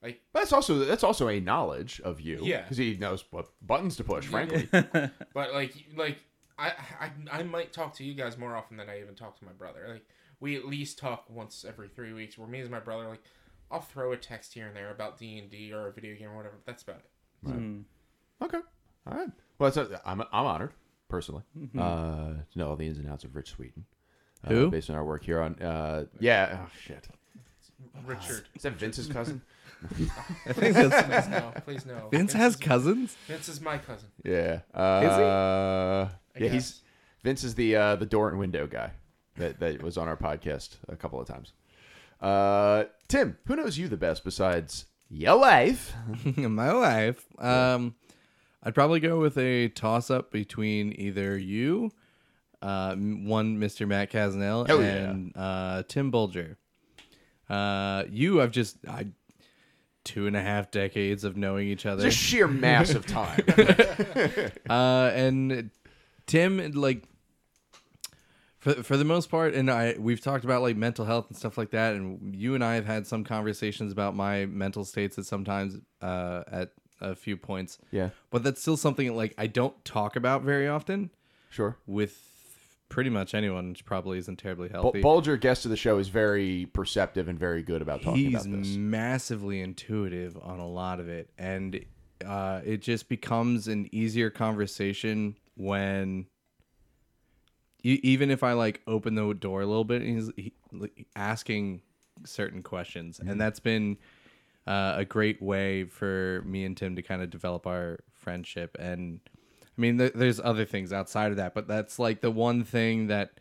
[SPEAKER 3] But that's also that's also a knowledge of you.
[SPEAKER 6] Yeah.
[SPEAKER 3] because he knows what buttons to push. Frankly,
[SPEAKER 6] But like, like I, I, I might talk to you guys more often than I even talk to my brother. Like we at least talk once every three weeks. Where me and my brother, like, I'll throw a text here and there about D and D or a video game or whatever. But that's about it.
[SPEAKER 3] Okay. All right. Well, that's uh, I'm I'm honored personally uh, to know all the ins and outs of Rich Sweden. Uh,
[SPEAKER 4] Who?
[SPEAKER 3] Based on our work here on. Uh, yeah. Oh shit.
[SPEAKER 6] Richard,
[SPEAKER 3] Is that Vince's cousin?
[SPEAKER 4] I think that's
[SPEAKER 6] please no, please no.
[SPEAKER 4] Vince has
[SPEAKER 6] is-
[SPEAKER 4] cousins.
[SPEAKER 6] Vince is my cousin.
[SPEAKER 3] yeah. Uh, is he? Yeah. He's
[SPEAKER 6] guess.
[SPEAKER 3] Vince is the uh, the door and window guy that that was on our podcast a couple of times. Uh, Tim, who knows you the best besides your wife?
[SPEAKER 4] my wife. Um, I'd probably go with a toss up between either you, uh, m- one Mr. Matt Casnell,
[SPEAKER 3] Hell yeah.
[SPEAKER 4] and uh, Tim Bulger. Uh, you, I've just I two and a half decades of knowing each other.
[SPEAKER 3] Just sheer mass of time.
[SPEAKER 4] uh, and Tim, like for for the most part, and I we've talked about like mental health and stuff like that, and you and I have had some conversations about my mental states at sometimes uh, at a few points.
[SPEAKER 3] Yeah.
[SPEAKER 4] but that's still something like I don't talk about very often
[SPEAKER 3] sure.
[SPEAKER 4] with pretty much anyone, which probably isn't terribly
[SPEAKER 3] Bul-
[SPEAKER 4] healthy.
[SPEAKER 3] Bulger, guest of the show, is very perceptive and very good about talking
[SPEAKER 4] he's
[SPEAKER 3] about this.
[SPEAKER 4] massively intuitive on a lot of it and uh, it just becomes an easier conversation when e- even if i like open the door a little bit and he's he, like, asking certain questions
[SPEAKER 3] Mm-hmm.
[SPEAKER 4] and that's been uh, a great way for me and tim to kind of develop our friendship and i mean th- there's other things outside of that but that's like the one thing that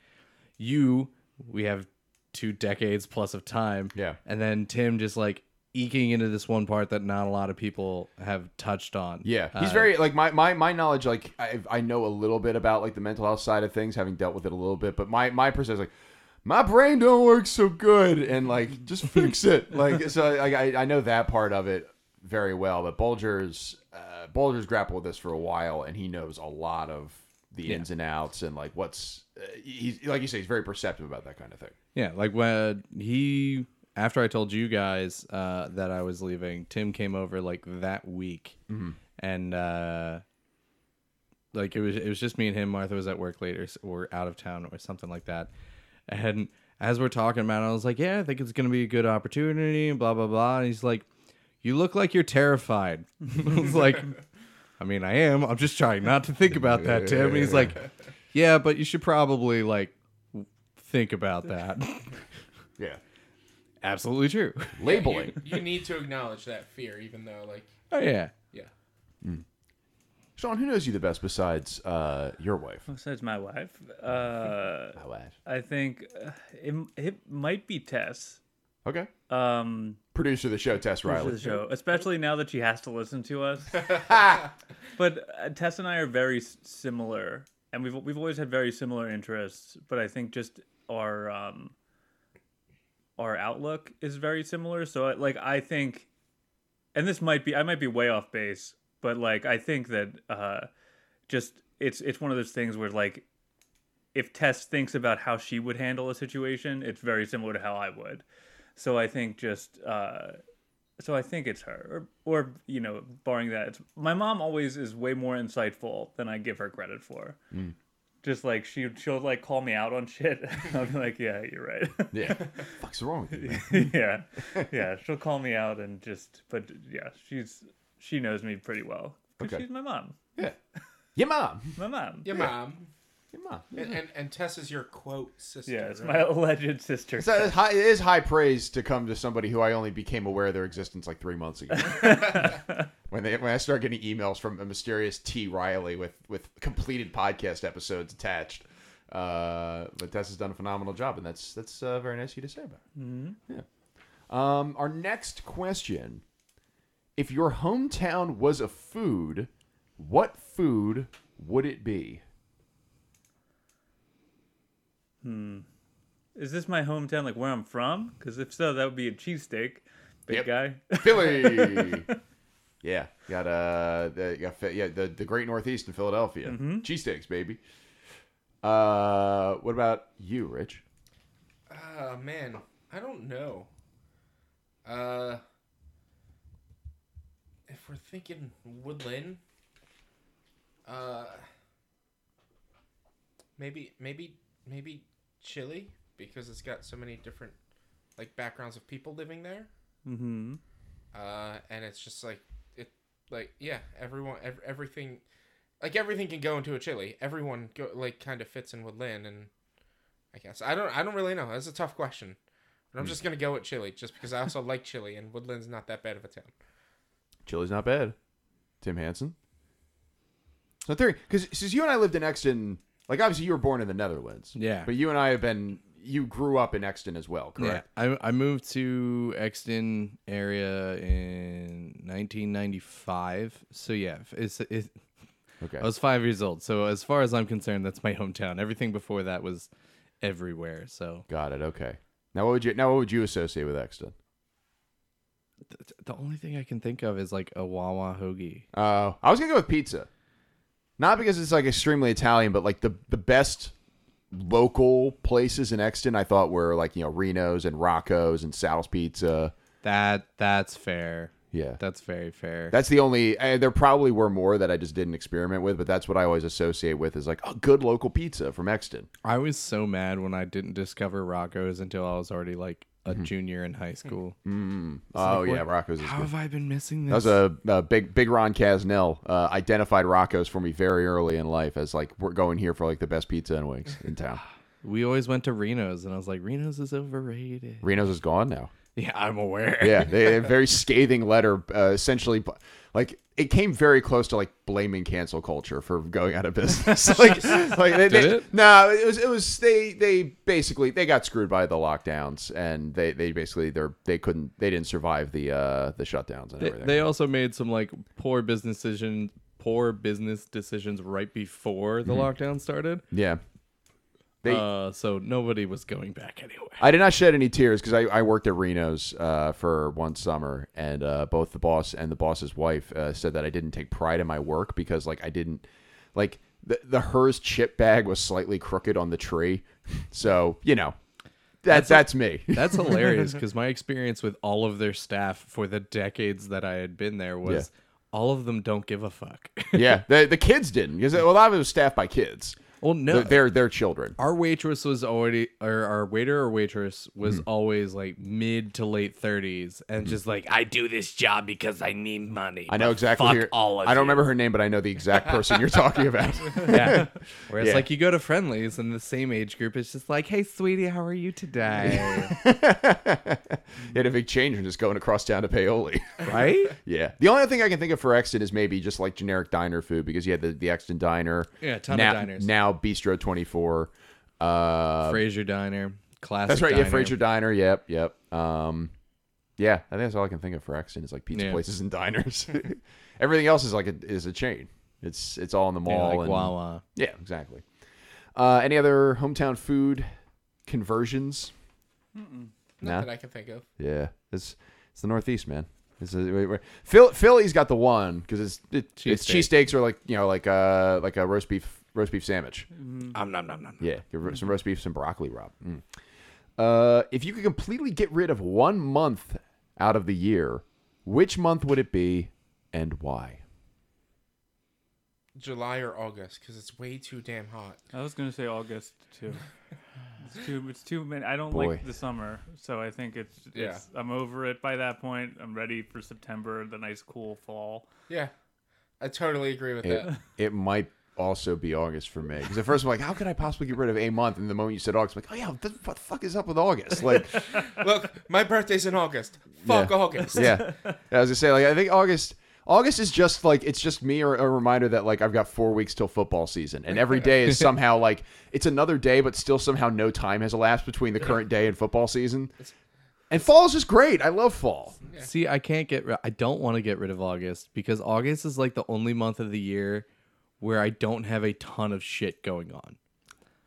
[SPEAKER 4] you we have two decades plus of time
[SPEAKER 3] Yeah.
[SPEAKER 4] and then tim just like eking into this one part that not a lot of people have touched on
[SPEAKER 3] Yeah, he's
[SPEAKER 4] Uh,
[SPEAKER 3] very like my my my knowledge. Like I I know a little bit about like the mental health side of things, having dealt with it a little bit. But my my perception is like my brain don't work so good, and like just fix it. Like so, like I I know that part of it very well. But Bulger's uh, Bulger's grappled with this for a while, and he knows a lot of the ins and outs and like what's uh, he's like you say he's very perceptive about that kind of thing.
[SPEAKER 4] yeah like when he after i told you guys uh, that i was leaving tim came over like that week and uh like it was it was just me and him martha was at work later s- or out of town or something like that and as we're talking about it, i was like yeah i think it's gonna be a good opportunity and blah blah blah and he's like you look like you're terrified i was like i mean i am i'm just trying not to think about that tim and he's like yeah but you should probably like think about that
[SPEAKER 3] Yeah,
[SPEAKER 4] absolutely true
[SPEAKER 3] labeling.
[SPEAKER 6] You need to acknowledge that fear, even though, like,
[SPEAKER 4] oh yeah
[SPEAKER 6] yeah.
[SPEAKER 3] Sean, who knows you the best besides uh, your wife?
[SPEAKER 5] Besides my wife, uh,
[SPEAKER 3] My wife.
[SPEAKER 5] I think uh, it, it might be Tess.
[SPEAKER 3] Okay.
[SPEAKER 5] Um,
[SPEAKER 3] Producer of the show, Tess
[SPEAKER 5] for
[SPEAKER 3] Riley.
[SPEAKER 5] the show, especially now that she has to listen to us. but uh, Tess and I are very s- similar, and we've we've always had very similar interests. But I think just our um, our outlook is very similar. So I- like I think, and this might be I might be way off base, but like I think that uh, just it's it's one of those things where like. If Tess thinks about how she would handle a situation, it's very similar to how I would. So I think just uh, so I think it's her, or, or you know, barring that, it's, my mom always is way more insightful than I give her credit for.
[SPEAKER 3] Hmm.
[SPEAKER 5] Just like she, she'll like call me out on shit. I'll be like, yeah, you're right.
[SPEAKER 3] Yeah. fuck's wrong with you, man?
[SPEAKER 5] yeah, yeah, she'll call me out and just, but yeah, she's she knows me pretty well 'cause
[SPEAKER 3] Okay.
[SPEAKER 5] she's my mom.
[SPEAKER 3] Yeah. Your mom.
[SPEAKER 5] My mom.
[SPEAKER 6] Your mom.
[SPEAKER 3] Your mom.
[SPEAKER 6] And, and and Tess is your quote sister.
[SPEAKER 5] Yeah, it's my
[SPEAKER 6] right?
[SPEAKER 5] alleged sister.
[SPEAKER 3] It's, it's high, it is high praise to come to somebody who I only became aware of their existence like three months ago. when they when I start getting emails from a mysterious T Riley with with completed podcast episodes attached. Uh, but Tess has done a phenomenal job, and that's that's uh, very nice of you to say about. It. Yeah. Um, our next question: If your hometown was a food, what food would it be?
[SPEAKER 5] Is this my hometown, like where I'm from? Because if so, that would be a cheesesteak.
[SPEAKER 3] Yep.
[SPEAKER 5] Big guy.
[SPEAKER 3] Philly. yeah, got uh, the, got Phi- yeah, the the Great Northeast in Philadelphia, cheesesteaks, baby. Uh, what about you, Rich?
[SPEAKER 6] Oh man, I don't know. Uh, if we're thinking Woodland, uh, maybe maybe maybe Chile because it's got so many different like backgrounds of people living there.
[SPEAKER 5] mm-hmm.
[SPEAKER 6] Uh, and it's just like it like yeah, everyone ev- everything like everything can go into a chili. Everyone go like kind of fits in Woodland and I guess I don't I don't really know. That's a tough question. But I'm just going to go with chili just because I also like chili and Woodland's not that bad of a town.
[SPEAKER 3] Chili's not bad. Tim Hansen. So three, because since you and I lived in Exton, like obviously you were born in the Netherlands,
[SPEAKER 4] Yeah.
[SPEAKER 3] but you and I have been, you grew up in Exton as well, correct?
[SPEAKER 4] Yeah, I, I moved to Exton area in 1995. So yeah, it's, it,
[SPEAKER 3] Okay,
[SPEAKER 4] I was five years old. So as far as I'm concerned, that's my hometown. Everything before that was everywhere. So
[SPEAKER 3] got it. Okay, now what would you now what would you associate with Exton?
[SPEAKER 4] th- the only thing I can think of is like a Wawa hoagie.
[SPEAKER 3] Uh, I was gonna go with pizza, not because it's like extremely Italian, but like the the best local places in Exton I thought were like you know Reno's and Rocco's and Sal's Pizza.
[SPEAKER 4] That that's fair.
[SPEAKER 3] Yeah,
[SPEAKER 4] That's very fair.
[SPEAKER 3] that's the only. Uh, there probably were more that I just didn't experiment with, but that's what I always associate with is like a good local pizza from Exton.
[SPEAKER 4] I was so mad when I didn't discover Rocco's until I was already like a
[SPEAKER 3] Mm-hmm.
[SPEAKER 4] junior in high school.
[SPEAKER 3] Oh yeah, Rocco's is
[SPEAKER 4] How
[SPEAKER 3] good.
[SPEAKER 4] have I been missing
[SPEAKER 3] That
[SPEAKER 4] this?
[SPEAKER 3] was a, a big, big Ron Casnell uh, identified Rocco's for me very early in life as like we're going here for like the best pizza and wings in town.
[SPEAKER 4] we always went to Reno's, and I was like, Reno's is overrated.
[SPEAKER 3] Reno's is gone now.
[SPEAKER 4] Yeah, I'm aware.
[SPEAKER 3] yeah, they, a very scathing letter, uh, essentially, like it came very close to like blaming cancel culture for going out of business. like, like they,
[SPEAKER 4] Did
[SPEAKER 3] they-
[SPEAKER 4] it?
[SPEAKER 3] No, it was it was they they basically they got screwed by the lockdowns and they they basically they're they couldn't they didn't survive the uh the shutdowns and
[SPEAKER 4] They,
[SPEAKER 3] everything.
[SPEAKER 4] they also made some like poor business decision, poor business decisions right before the lockdown started.
[SPEAKER 3] yeah. They-
[SPEAKER 4] uh, so nobody was going back anywhere.
[SPEAKER 3] I did not shed any tears because I, I worked at Reno's uh, for one summer, and uh, both the boss and the boss's wife uh, said that I didn't take pride in my work because like I didn't like the the hers chip bag was slightly crooked on the tree, so you know that that's, me.
[SPEAKER 4] That's hilarious because my experience with all of their staff for the decades that I had been there was all of them don't give a fuck.
[SPEAKER 3] yeah, the the kids didn't because a lot of it was staffed by kids.
[SPEAKER 4] well, no,
[SPEAKER 3] They're, they're they're children.
[SPEAKER 4] our waitress was already, or our waiter or waitress was always like mid to late thirties, and just like I do this job because I need money.
[SPEAKER 3] I know exactly.
[SPEAKER 4] fuck
[SPEAKER 3] who you're-
[SPEAKER 4] all of
[SPEAKER 3] I
[SPEAKER 4] you.
[SPEAKER 3] don't remember her name, but I know the exact person you're talking about.
[SPEAKER 4] Yeah. Whereas
[SPEAKER 3] Yeah.
[SPEAKER 4] like you go to friendlies and the same age group is just like, hey sweetie, how are you today?
[SPEAKER 3] They had a big change and just going across town to Paoli.
[SPEAKER 4] right?
[SPEAKER 3] Yeah. The only other thing I can think of for Exton is maybe just like generic diner food because you had the, the Exton Diner.
[SPEAKER 4] Yeah, a ton of
[SPEAKER 3] now,
[SPEAKER 4] diners.
[SPEAKER 3] Now Bistro 24. Uh,
[SPEAKER 4] Fraser Diner. Classic.
[SPEAKER 3] that's right.
[SPEAKER 4] Diner.
[SPEAKER 3] Yeah, Fraser Diner. Yep. Yep. Um, yeah. I think that's all I can think of for Exton is like pizza
[SPEAKER 4] Yeah.
[SPEAKER 3] places and diners. Everything else is like a, is a chain. It's it's all in the
[SPEAKER 4] Yeah,
[SPEAKER 3] mall.
[SPEAKER 4] like
[SPEAKER 3] and,
[SPEAKER 4] Wawa.
[SPEAKER 3] Yeah, exactly. Uh, any other hometown food conversions?
[SPEAKER 6] Not
[SPEAKER 3] No.
[SPEAKER 6] that I can think of.
[SPEAKER 3] Yeah, it's it's the Northeast, man. It's a, we- we- Phil, Philly's got the one because it's it, it's cheesesteaks or like you know like uh like a roast beef roast beef sandwich.
[SPEAKER 4] Um, nom, nom, nom.
[SPEAKER 3] Yeah, give ro- some roast beef, some broccoli, Rob. Mm. Uh, if you could completely get rid of one month out of the year, which month would it be, and why?
[SPEAKER 6] July or August cuz it's way too damn hot.
[SPEAKER 5] I was gonna say August too. It's too. It's too many. I don't
[SPEAKER 3] Boy.
[SPEAKER 5] like the summer, so I think it's, it's.
[SPEAKER 6] Yeah.
[SPEAKER 5] I'm over it by that point. I'm ready for September, the nice cool fall.
[SPEAKER 6] Yeah. I totally agree with
[SPEAKER 3] It,
[SPEAKER 6] that.
[SPEAKER 3] it might also be August for me. Because at first I'm like, how could I possibly get rid of a month? And the moment you said August, I'm like, oh yeah, what the fuck is up with August? Like,
[SPEAKER 6] Look, my birthday's in August. Fuck
[SPEAKER 3] Yeah.
[SPEAKER 6] August.
[SPEAKER 3] yeah. I was gonna say, like, I think August. August is just like it's just me or a reminder that like I've got four weeks till football season, and every day is somehow like it's another day, but still somehow no time has elapsed between the current day and football season. And fall is just great. I love fall.
[SPEAKER 4] See, I can't get. Ri- I don't want to get rid of August because August is like the only month of the year where I don't have a ton of shit going on.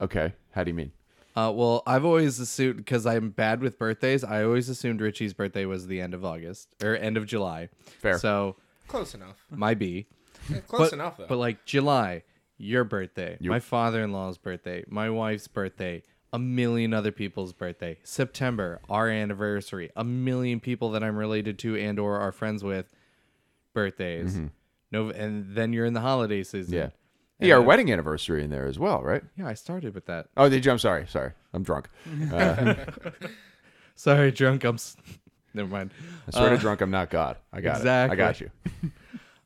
[SPEAKER 3] Okay, how do you mean?
[SPEAKER 4] Uh, well, I've always assumed because I'm bad with birthdays. I always assumed Richie's birthday was the end of August or end of July.
[SPEAKER 3] Fair.
[SPEAKER 4] So
[SPEAKER 6] Close enough.
[SPEAKER 4] my B.
[SPEAKER 6] Yeah, Close
[SPEAKER 4] but,
[SPEAKER 6] enough though.
[SPEAKER 4] But like July, your birthday,
[SPEAKER 3] Yep.
[SPEAKER 4] my father-in-law's birthday, my wife's birthday, a million other people's birthday. September, our anniversary, a million people that I'm related to and or are friends with, birthdays. No, and then you're in the holiday season.
[SPEAKER 3] Yeah, yeah. Our wedding anniversary in there as well, right?
[SPEAKER 4] Yeah, I started with that.
[SPEAKER 3] Oh, did you? I'm sorry. Sorry, I'm drunk. Uh,
[SPEAKER 4] Sorry, drunk. I'm. s- Never mind.
[SPEAKER 3] I swear to drunk, I'm not God. I got it. I
[SPEAKER 4] Exactly.
[SPEAKER 3] got you.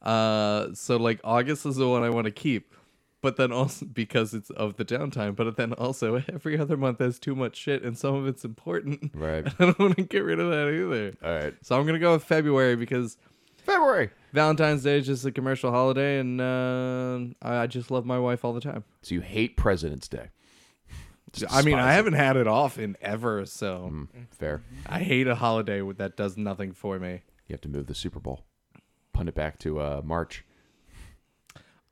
[SPEAKER 4] Uh, so like August is the one I want to keep, but then also because it's of the downtime. But then also every other month has too much shit, and some of it's important.
[SPEAKER 3] Right.
[SPEAKER 4] I don't want to get rid of that either.
[SPEAKER 3] All right.
[SPEAKER 4] So I'm gonna go with February because
[SPEAKER 3] February.
[SPEAKER 4] Valentine's Day is just a commercial holiday, and uh, I I just love my wife all the time.
[SPEAKER 3] So you hate President's Day?
[SPEAKER 4] I mean, I haven't had it off in ever, so
[SPEAKER 3] Fair.
[SPEAKER 4] I hate a holiday that does nothing for me.
[SPEAKER 3] You have to move the Super Bowl. Punt it back to uh, March.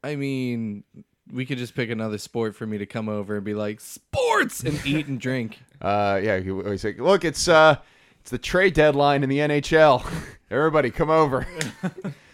[SPEAKER 4] I mean, we could just pick another sport for me to come over and be like sports and eat and drink.
[SPEAKER 3] Uh, yeah, he- he's like, look, it's uh, it's the trade deadline in the NHL. Everybody, come over.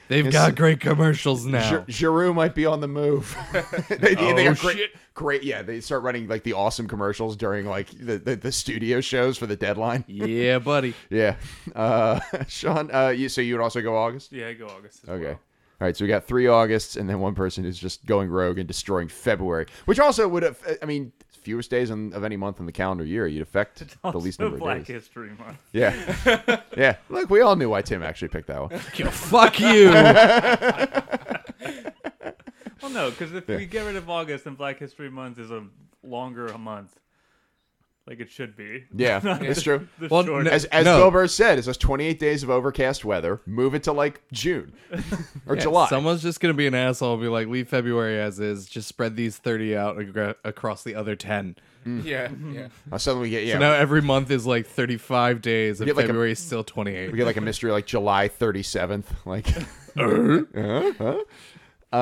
[SPEAKER 4] They've got great commercials now.
[SPEAKER 3] Gi- Giroux might be on the move. they, they- they got great, great. Yeah, they start running like the awesome commercials during like the, the, the studio shows for the deadline.
[SPEAKER 4] Yeah, buddy.
[SPEAKER 3] Yeah, uh, Sean, uh, you so you would also go August.
[SPEAKER 5] Yeah, go August. As
[SPEAKER 3] Okay.
[SPEAKER 5] Well.
[SPEAKER 3] All right, so we got three Augusts, and then one person is just going rogue and destroying February, which also would have. I mean, fewest days in, of any month in the calendar year, you'd affect the least
[SPEAKER 5] Also
[SPEAKER 3] number
[SPEAKER 5] Black
[SPEAKER 3] of days.
[SPEAKER 5] History Month.
[SPEAKER 3] Yeah, yeah. Look, we all knew why Tim actually picked that one.
[SPEAKER 4] Fuck you.
[SPEAKER 5] Well, no, because if we get rid of August, then Black History Month is a longer month, like it should be.
[SPEAKER 3] Yeah, it's true.
[SPEAKER 5] The
[SPEAKER 4] Well,
[SPEAKER 5] short-
[SPEAKER 4] no-
[SPEAKER 3] As as
[SPEAKER 4] No.
[SPEAKER 3] Bill Burr said, it's just 28 days of overcast weather. Move it to like June or July.
[SPEAKER 4] Someone's just gonna be an asshole and be like, leave February as is. Just spread these thirty out agra- across the other ten.
[SPEAKER 6] yeah, yeah.
[SPEAKER 3] Uh, suddenly we get yeah,
[SPEAKER 4] Now every month is like thirty-five days, and
[SPEAKER 3] get, like, a-
[SPEAKER 4] February is still twenty-eight.
[SPEAKER 3] we get like a mystery like July 37th. Like, Uh, huh? Uh,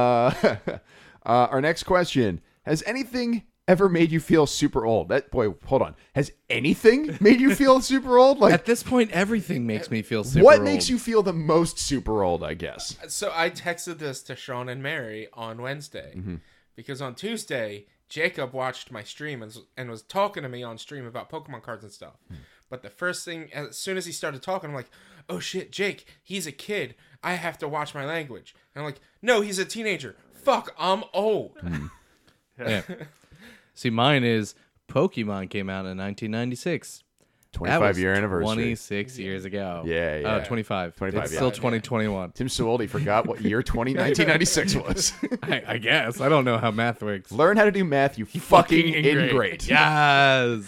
[SPEAKER 3] uh, our next question: Has anything ever made you feel super old? That boy, hold on. Has anything made you feel super old?
[SPEAKER 4] At
[SPEAKER 3] Like,
[SPEAKER 4] this point, everything makes me feel super.
[SPEAKER 3] what
[SPEAKER 4] old.
[SPEAKER 3] makes you feel the most super old? I guess.
[SPEAKER 6] So I texted this to Sean and Mary on Wednesday
[SPEAKER 4] Mm-hmm.
[SPEAKER 6] because on Tuesday Jacob watched my stream and, s- and was talking to me on stream about Pokemon cards and stuff.
[SPEAKER 4] Hmm.
[SPEAKER 6] But the first thing, as soon as he started talking, I'm like, "Oh shit, Jake, he's a kid. I have to watch my language." And I'm like, "No, he's a teenager. Fuck, I'm old."
[SPEAKER 4] Hmm. Yeah. See, mine is Pokemon came out in 1996. That
[SPEAKER 3] 25
[SPEAKER 4] was
[SPEAKER 3] year anniversary.
[SPEAKER 4] 26 years ago.
[SPEAKER 3] Yeah, yeah.
[SPEAKER 4] Uh, 25.
[SPEAKER 3] 25,
[SPEAKER 4] It's
[SPEAKER 3] yeah.
[SPEAKER 4] still 2021.
[SPEAKER 3] Tim Sewell, he forgot what year 20, 1996 was.
[SPEAKER 4] I, I guess. I don't know how math works.
[SPEAKER 3] Learn how to do math, you fucking,
[SPEAKER 4] Fucking
[SPEAKER 3] ingrate.
[SPEAKER 4] Yes.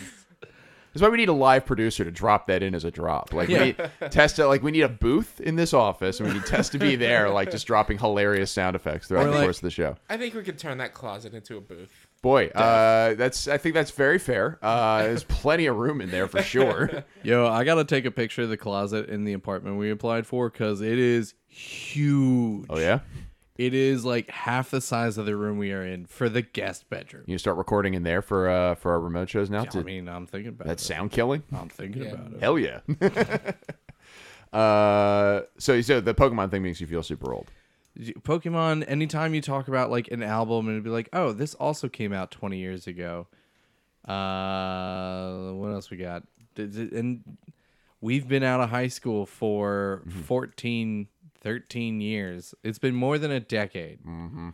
[SPEAKER 3] That's why we need a live producer to drop that in as a drop. Like we need test it. Like we need a booth in this office, and we need Tess to be there, like just dropping hilarious sound effects throughout
[SPEAKER 4] Or
[SPEAKER 3] the
[SPEAKER 4] like-
[SPEAKER 3] course of the show.
[SPEAKER 6] I think we could turn that closet into a booth.
[SPEAKER 3] Boy, uh, that's I think that's very fair. Uh, there's plenty of room in there for sure.
[SPEAKER 4] Yo, I got to take a picture of the closet in the apartment we applied for because it is huge.
[SPEAKER 3] Oh yeah,
[SPEAKER 4] It is like half the size of the room we are in for the guest bedroom.
[SPEAKER 3] you start recording in there for uh, for our remote shows now.
[SPEAKER 4] I
[SPEAKER 3] to,
[SPEAKER 4] mean, I'm thinking about
[SPEAKER 3] that's
[SPEAKER 4] it.
[SPEAKER 3] sound killing.
[SPEAKER 4] I'm thinking about it.
[SPEAKER 3] Hell yeah. uh, so so the Pokemon thing makes you feel super old.
[SPEAKER 4] Pokemon, anytime you talk about like an album and it'd be like, oh, this also came out 20 years ago. Uh, what else we got? D- d- And we've been out of high school for 14, 13 years. It's been more than a decade. Mm-hmm.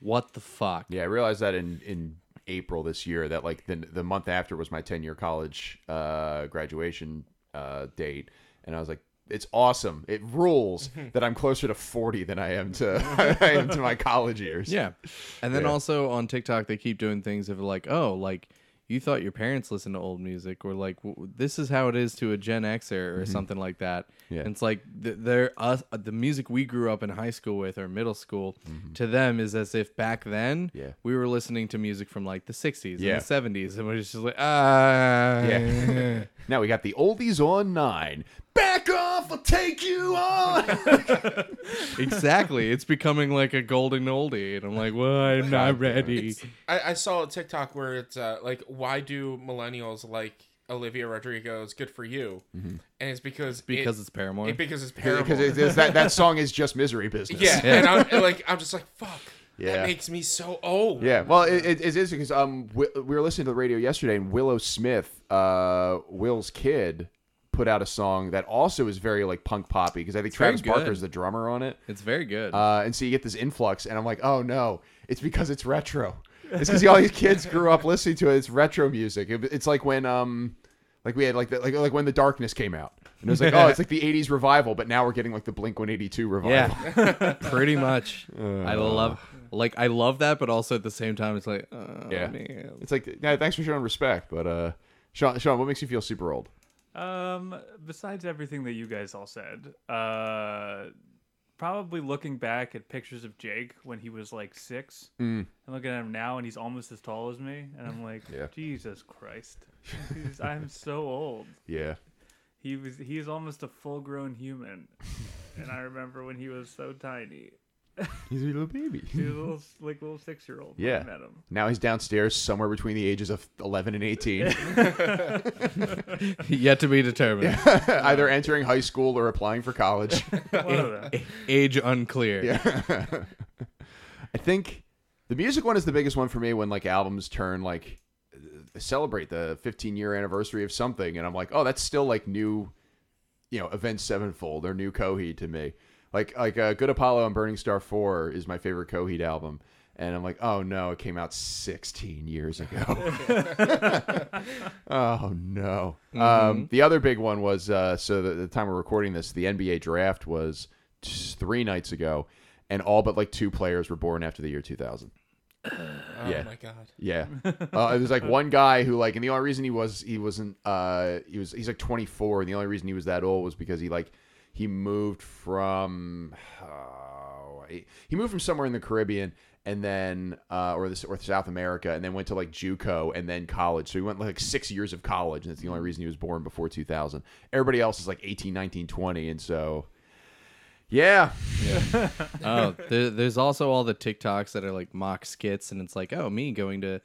[SPEAKER 4] What the fuck?
[SPEAKER 3] Yeah, I realized that in in April this year that like the the month after was my 10 year college uh graduation uh date and I was like it's awesome. It rules that I'm closer to 40 than I am to I am to my college years.
[SPEAKER 4] Yeah. And then
[SPEAKER 3] Yeah.
[SPEAKER 4] also on TikTok, they keep doing things of like, oh, like you thought your parents listened to old music, or like w- this is how it is to a Gen Xer or something like that.
[SPEAKER 3] Mm-hmm. Yeah.
[SPEAKER 4] And it's like th- they're us, uh, the music we grew up in high school with or middle school to them is as if back then
[SPEAKER 3] Mm-hmm. Yeah.
[SPEAKER 4] we were listening to music from like the 60s
[SPEAKER 3] Yeah.
[SPEAKER 4] and the 70s. And we're just like, ah.
[SPEAKER 3] Yeah. now we got the oldies on nine. Back off, I'll take you on.
[SPEAKER 4] exactly. It's becoming like a golden oldie. And I'm like, well, I'm not ready.
[SPEAKER 6] It's- I, I saw a TikTok where it's uh, like, why do millennials like Olivia Rodrigo's "Good for You"? And it's because it-
[SPEAKER 4] Mm-hmm. Because it's Paramore.
[SPEAKER 6] it- because it's Paramore.
[SPEAKER 3] Because it- it's that, that song is just misery business.
[SPEAKER 6] yeah, and I'm and, like I'm just like fuck.
[SPEAKER 3] Yeah.
[SPEAKER 6] That makes me so old.
[SPEAKER 3] Yeah, well, it, it, it's interesting because um, we, we were listening to the radio yesterday, and Willow Smith, uh, Will's kid, put out a song that also is very like punk poppy because I think
[SPEAKER 4] very
[SPEAKER 3] Travis
[SPEAKER 4] good.
[SPEAKER 3] Barker's the drummer on it,
[SPEAKER 4] It's very good.
[SPEAKER 3] uh, and so you get this influx, and I'm like, oh no, it's because it's retro. It's because all these kids grew up listening to it. It's retro music. It- it's like when um, like we had like the, like like when the darkness came out, and it was like, oh, it's like the '80s revival, but now we're getting like the Blink 182 revival.
[SPEAKER 4] Yeah, pretty much.
[SPEAKER 3] Uh,
[SPEAKER 4] I love, like, I love that, but also at the same time, it's like, oh,
[SPEAKER 3] yeah.
[SPEAKER 4] man.
[SPEAKER 3] It's like, yeah, thanks for showing respect, but uh, Sean, Sean, what makes you feel super old?
[SPEAKER 5] Um, besides everything that you guys all said, uh, probably looking back at pictures of Jake when he was like six, and looking at him now, and he's almost as tall as me, and I'm like,
[SPEAKER 3] Mm. Yeah.
[SPEAKER 5] Jesus Christ, He's- I'm so old.
[SPEAKER 3] Yeah.
[SPEAKER 5] He was he is almost a full grown human, and I remember when he was so tiny,
[SPEAKER 3] He's a little baby.
[SPEAKER 5] he was a little, like little six year old.
[SPEAKER 3] Yeah.
[SPEAKER 5] I met him.
[SPEAKER 3] Now he's downstairs somewhere between the ages of 11 and 18,
[SPEAKER 4] Yet to be determined.
[SPEAKER 3] either entering high school or applying for college.
[SPEAKER 5] One of them.
[SPEAKER 4] Age unclear.
[SPEAKER 3] I think the music one is the biggest one for me when like albums turn like uh, celebrate the 15 year anniversary of something and I'm like, "Oh, that's still like new you know, Event Sevenfold or new Coheed to me." Like like uh, Good Apollo and Burning Star 4 is my favorite Coheed album. And I'm like, oh no, it came out 16 years ago. oh no. Um, the other big one was uh, so the, the time we're recording this, the NBA draft was t- three nights ago, and all but like two players were born after the year 2000.
[SPEAKER 6] Oh
[SPEAKER 3] Yeah.
[SPEAKER 6] my god.
[SPEAKER 3] Yeah, uh, it was like one guy who like, and the only reason he was he wasn't uh he was he's like 24, and the only reason he was that old was because he like he moved from oh, he, he moved from somewhere in the Caribbean and then uh or this or South America and then went to like JUCO and then college. So he went like six years of college, and that's the only reason he was born before 2000. Everybody else is like 18, 19, 20, and so yeah,
[SPEAKER 4] Oh, there, there's also all the TikToks that are like mock skits, and it's like, oh, me going to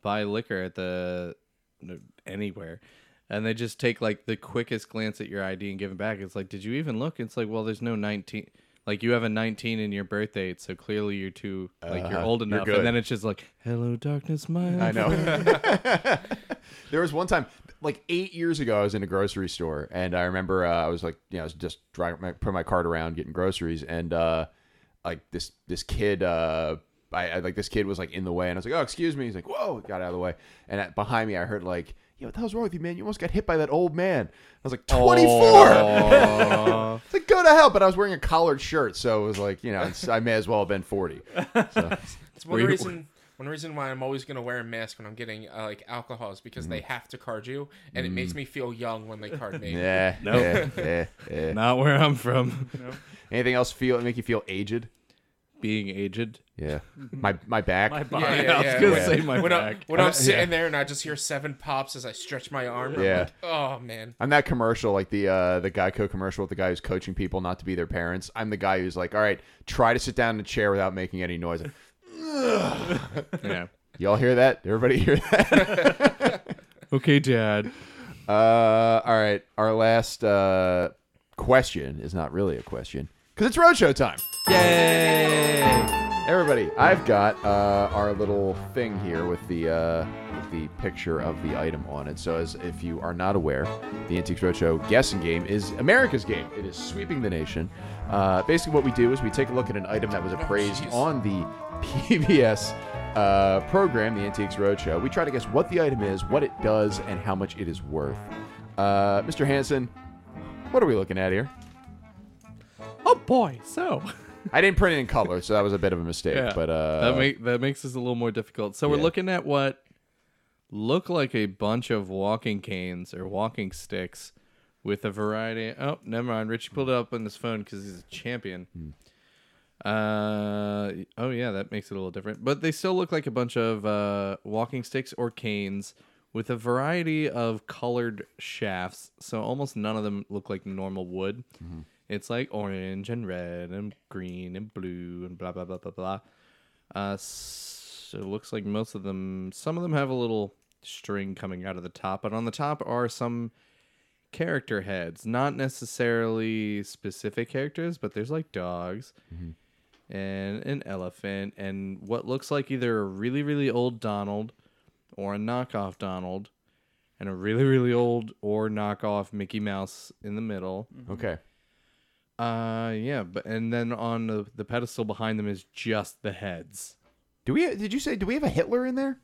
[SPEAKER 4] buy liquor at the no, anywhere. And they just take like the quickest glance at your ID and give it back. It's like, did you even look? It's like, well, there's no 19. Like you have a 19 in your birth date, so clearly you're too like you're
[SPEAKER 3] Uh-huh.
[SPEAKER 4] old
[SPEAKER 3] You're
[SPEAKER 4] enough.
[SPEAKER 3] good.
[SPEAKER 4] and then it's just like, hello darkness, my
[SPEAKER 3] I
[SPEAKER 4] old
[SPEAKER 3] know. there was one time, like eight years ago, I was in a grocery store, and I remember uh, I was like, you know, I was just driving, my, putting my cart around getting groceries, and uh, like this this kid, uh, I, I like this kid was like in the way, and I was like, oh, excuse me. He's like, whoa, got out of the way, and at, behind me, I heard like. Yo, what the hell's wrong with you, man? You almost got hit by that old man. I was like, 24! it's like, go to hell. But I was wearing a collared shirt, so it was like, you know, it's, I may as well have been 40. So,
[SPEAKER 6] It's one
[SPEAKER 4] Were you-
[SPEAKER 6] reason. One reason why I'm always gonna wear a mask when I'm getting uh, like alcohol is because they have to card you, and it makes me feel young when they card me.
[SPEAKER 3] Mm-hmm. Mm. yeah,
[SPEAKER 4] Nope.
[SPEAKER 3] yeah, yeah, yeah.
[SPEAKER 4] Not where I'm from.
[SPEAKER 3] Anything else feel make you feel aged?
[SPEAKER 4] Being aged.
[SPEAKER 3] Yeah, my my back.
[SPEAKER 5] My
[SPEAKER 6] Yeah,
[SPEAKER 5] body.
[SPEAKER 6] yeah,
[SPEAKER 4] I was
[SPEAKER 6] yeah.
[SPEAKER 4] gonna
[SPEAKER 6] When-
[SPEAKER 4] say my
[SPEAKER 6] when
[SPEAKER 4] back.
[SPEAKER 6] I, when I'm sitting there and I just hear seven pops as I stretch my arm. I'm
[SPEAKER 3] Yeah.
[SPEAKER 6] like, oh man.
[SPEAKER 3] I'm that commercial, like the uh, the Geico commercial with the guy who's coaching people not to be their parents. I'm the guy who's like, all right, try to sit down in a chair without making any noise.
[SPEAKER 4] Yeah.
[SPEAKER 3] Y'all hear that? Everybody hear that?
[SPEAKER 4] Okay, Dad.
[SPEAKER 3] Uh, all right, our last uh, question is not really a question because it's roadshow time.
[SPEAKER 4] Yay!
[SPEAKER 3] Everybody, I've got uh, our little thing here with the uh, with the picture of the item on it. So, as if you are not aware, the Antiques Roadshow guessing game is America's game. It is sweeping the nation. Uh, basically, what we do is we take a look at an item that was appraised
[SPEAKER 6] jeez.
[SPEAKER 3] on the PBS uh, program, the Antiques Roadshow. We try to guess what the item is, what it does, and how much it is worth. Uh, Mr. Hanson, what are we looking at here?
[SPEAKER 4] Oh, boy, so
[SPEAKER 3] I didn't print it in color, so that was a bit of a mistake.
[SPEAKER 4] yeah,
[SPEAKER 3] But uh,
[SPEAKER 4] that make that makes this a little more difficult. So we're
[SPEAKER 3] yeah.
[SPEAKER 4] looking at what look like a bunch of walking canes or walking sticks with a variety. Oh, never mind. Richie pulled it up on his phone because he's a champion.
[SPEAKER 3] Hmm.
[SPEAKER 4] Uh oh yeah, that makes it a little different. But they still look like a bunch of uh, walking sticks or canes with a variety of colored shafts. So almost none of them look like normal wood.
[SPEAKER 3] Mm-hmm.
[SPEAKER 4] It's like orange and red and green and blue and blah blah blah blah blah. Uh, s- it looks like most of them. Some of them have a little string coming out of the top, but on the top are some character heads, not necessarily specific characters, but there's like dogs and an elephant and what looks like either a really really old Donald or a knockoff Donald and a really really old or knockoff Mickey Mouse in the middle.
[SPEAKER 3] okay.
[SPEAKER 4] Uh yeah, but and then on the, the pedestal behind them is just the heads.
[SPEAKER 3] Do we? Did you say? Do we have a Hitler in there?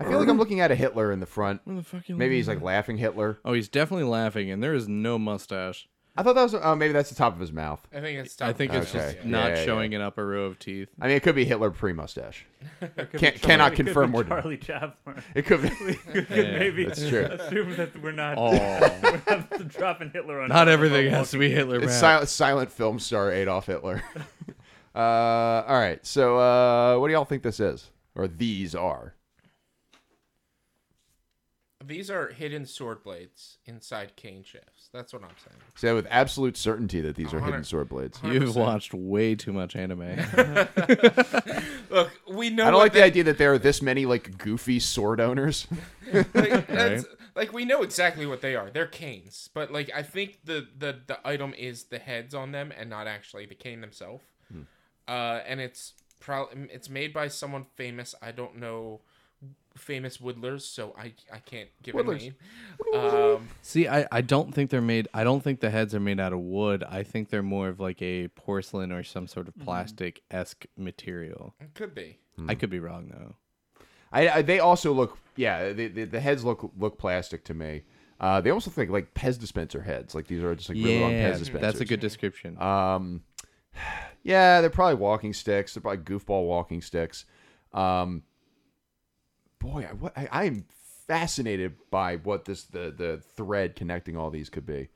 [SPEAKER 3] I feel
[SPEAKER 5] Um,
[SPEAKER 3] like I'm looking at a Hitler in the front.
[SPEAKER 4] the fuck
[SPEAKER 3] Maybe he's like laughing Hitler.
[SPEAKER 4] Oh, he's definitely laughing and there is no mustache.
[SPEAKER 3] I thought that was. Oh, maybe that's the top of his mouth.
[SPEAKER 6] I think it's.
[SPEAKER 4] I think it's
[SPEAKER 3] Okay.
[SPEAKER 4] just
[SPEAKER 3] Yeah,
[SPEAKER 4] not
[SPEAKER 3] yeah, yeah.
[SPEAKER 4] showing an upper row of teeth.
[SPEAKER 3] I mean, it could be Hitler pre-mustache.
[SPEAKER 5] Could
[SPEAKER 3] Can't-
[SPEAKER 5] be
[SPEAKER 3] cannot
[SPEAKER 5] Charlie- could be
[SPEAKER 3] confirm or deny.
[SPEAKER 5] Charlie Chaplin.
[SPEAKER 3] It could be.
[SPEAKER 5] We could maybe
[SPEAKER 3] that's true.
[SPEAKER 5] assume that we're not
[SPEAKER 4] Oh.
[SPEAKER 5] we're not dropping Hitler on.
[SPEAKER 4] not everything has to be Hitler
[SPEAKER 3] It's
[SPEAKER 4] rap.
[SPEAKER 3] silent, silent film star Adolf Hitler. uh, all right. So, uh, what do y'all think this is? Or these are?
[SPEAKER 6] These are hidden sword blades inside cane shafts. That's what I'm saying.
[SPEAKER 3] Say with absolute certainty that these are hidden sword blades.
[SPEAKER 4] You've watched way too much anime.
[SPEAKER 6] Look, we know.
[SPEAKER 3] I don't
[SPEAKER 6] what
[SPEAKER 3] like the
[SPEAKER 6] that-
[SPEAKER 3] idea that there are this many like goofy sword owners.
[SPEAKER 6] like, that's, like we know exactly what they are. They're canes, but like I think the the the item is the heads on them and not actually the cane themselves.
[SPEAKER 3] Hmm.
[SPEAKER 6] Uh, and it's pro- it's made by someone famous. I don't know famous woodlers, so I I can't give
[SPEAKER 3] Woodlers.
[SPEAKER 6] a name. Um,
[SPEAKER 4] See, I, I don't think they're made. I don't think the heads are made out of wood. I think they're more of like a porcelain or some sort of plastic esque material.
[SPEAKER 6] it could be.
[SPEAKER 3] Hmm.
[SPEAKER 4] I could be wrong though.
[SPEAKER 3] I, I they also look yeah the, the the heads look look plastic to me. Uh, they also think like Pez dispenser heads. Like these are just like really long
[SPEAKER 4] yeah,
[SPEAKER 3] Pez dispensers.
[SPEAKER 4] that's a good description.
[SPEAKER 3] Um, yeah, they're probably walking sticks. They're probably goofball walking sticks. Um, boy, I, what, I, I am fascinated by what this the the thread connecting all these could be.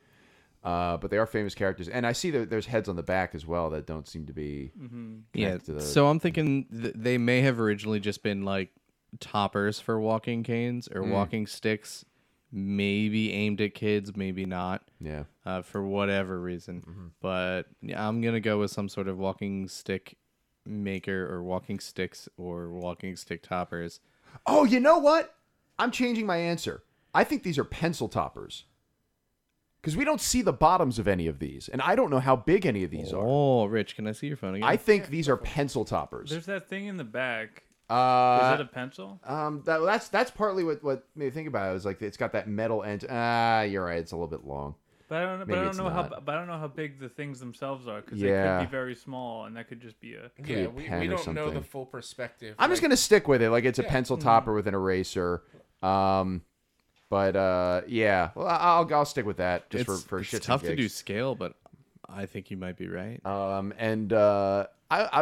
[SPEAKER 3] Uh, but they are famous characters, and I see that there's heads on the back as well that don't seem to be.
[SPEAKER 4] Mm-hmm. yeah.
[SPEAKER 3] connect to the-
[SPEAKER 4] So I'm thinking th- they may have originally just been like toppers for walking canes
[SPEAKER 3] Hmm.
[SPEAKER 4] or walking sticks, maybe aimed at kids, maybe not.
[SPEAKER 3] Yeah,
[SPEAKER 4] uh, for whatever reason.
[SPEAKER 3] Mm-hmm.
[SPEAKER 4] But yeah, I'm gonna go with some sort of walking stick maker or walking sticks or walking stick toppers.
[SPEAKER 3] Oh, you know what? I'm changing my answer. I think these are pencil toppers. Because we don't see the bottoms of any of these, and I don't know how big any of these are.
[SPEAKER 4] Oh, Rich, can I see your phone again?
[SPEAKER 3] I think these are pencil toppers.
[SPEAKER 5] There's that thing in the back. Is
[SPEAKER 3] Uh,
[SPEAKER 5] that a pencil?
[SPEAKER 3] um, that, that's that's partly what what made me think about it. It was like it's got that metal end. Ah, you're right. It's a little bit long.
[SPEAKER 5] But I don't. know- But
[SPEAKER 3] maybe
[SPEAKER 5] I don't
[SPEAKER 3] it's
[SPEAKER 5] know how.
[SPEAKER 3] not.
[SPEAKER 5] But I don't know how big the things themselves are because they
[SPEAKER 3] Yeah.
[SPEAKER 5] could be very small, and that could just be a.
[SPEAKER 3] be
[SPEAKER 6] yeah,
[SPEAKER 3] a
[SPEAKER 6] we,
[SPEAKER 3] pen
[SPEAKER 6] we
[SPEAKER 3] or
[SPEAKER 6] don't know the
[SPEAKER 3] something.
[SPEAKER 6] full perspective.
[SPEAKER 3] I'm just
[SPEAKER 6] like-
[SPEAKER 3] gonna stick with it. Like it's a
[SPEAKER 6] Yeah.
[SPEAKER 3] pencil
[SPEAKER 4] Mm-hmm.
[SPEAKER 3] topper with an eraser. Um, but uh, yeah, well, I- I'll I'll stick with that just
[SPEAKER 4] it's,
[SPEAKER 3] for for
[SPEAKER 4] it's
[SPEAKER 3] shits and
[SPEAKER 4] tough to do
[SPEAKER 3] gigs.
[SPEAKER 4] scale, but I think you might be right.
[SPEAKER 3] Um, and uh, I, I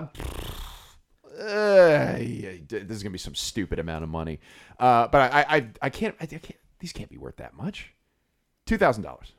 [SPEAKER 3] uh, yeah, this is gonna be some stupid amount of money. Uh, but I, I, I can't, I, can't. These can't be worth that much. Two thousand dollars.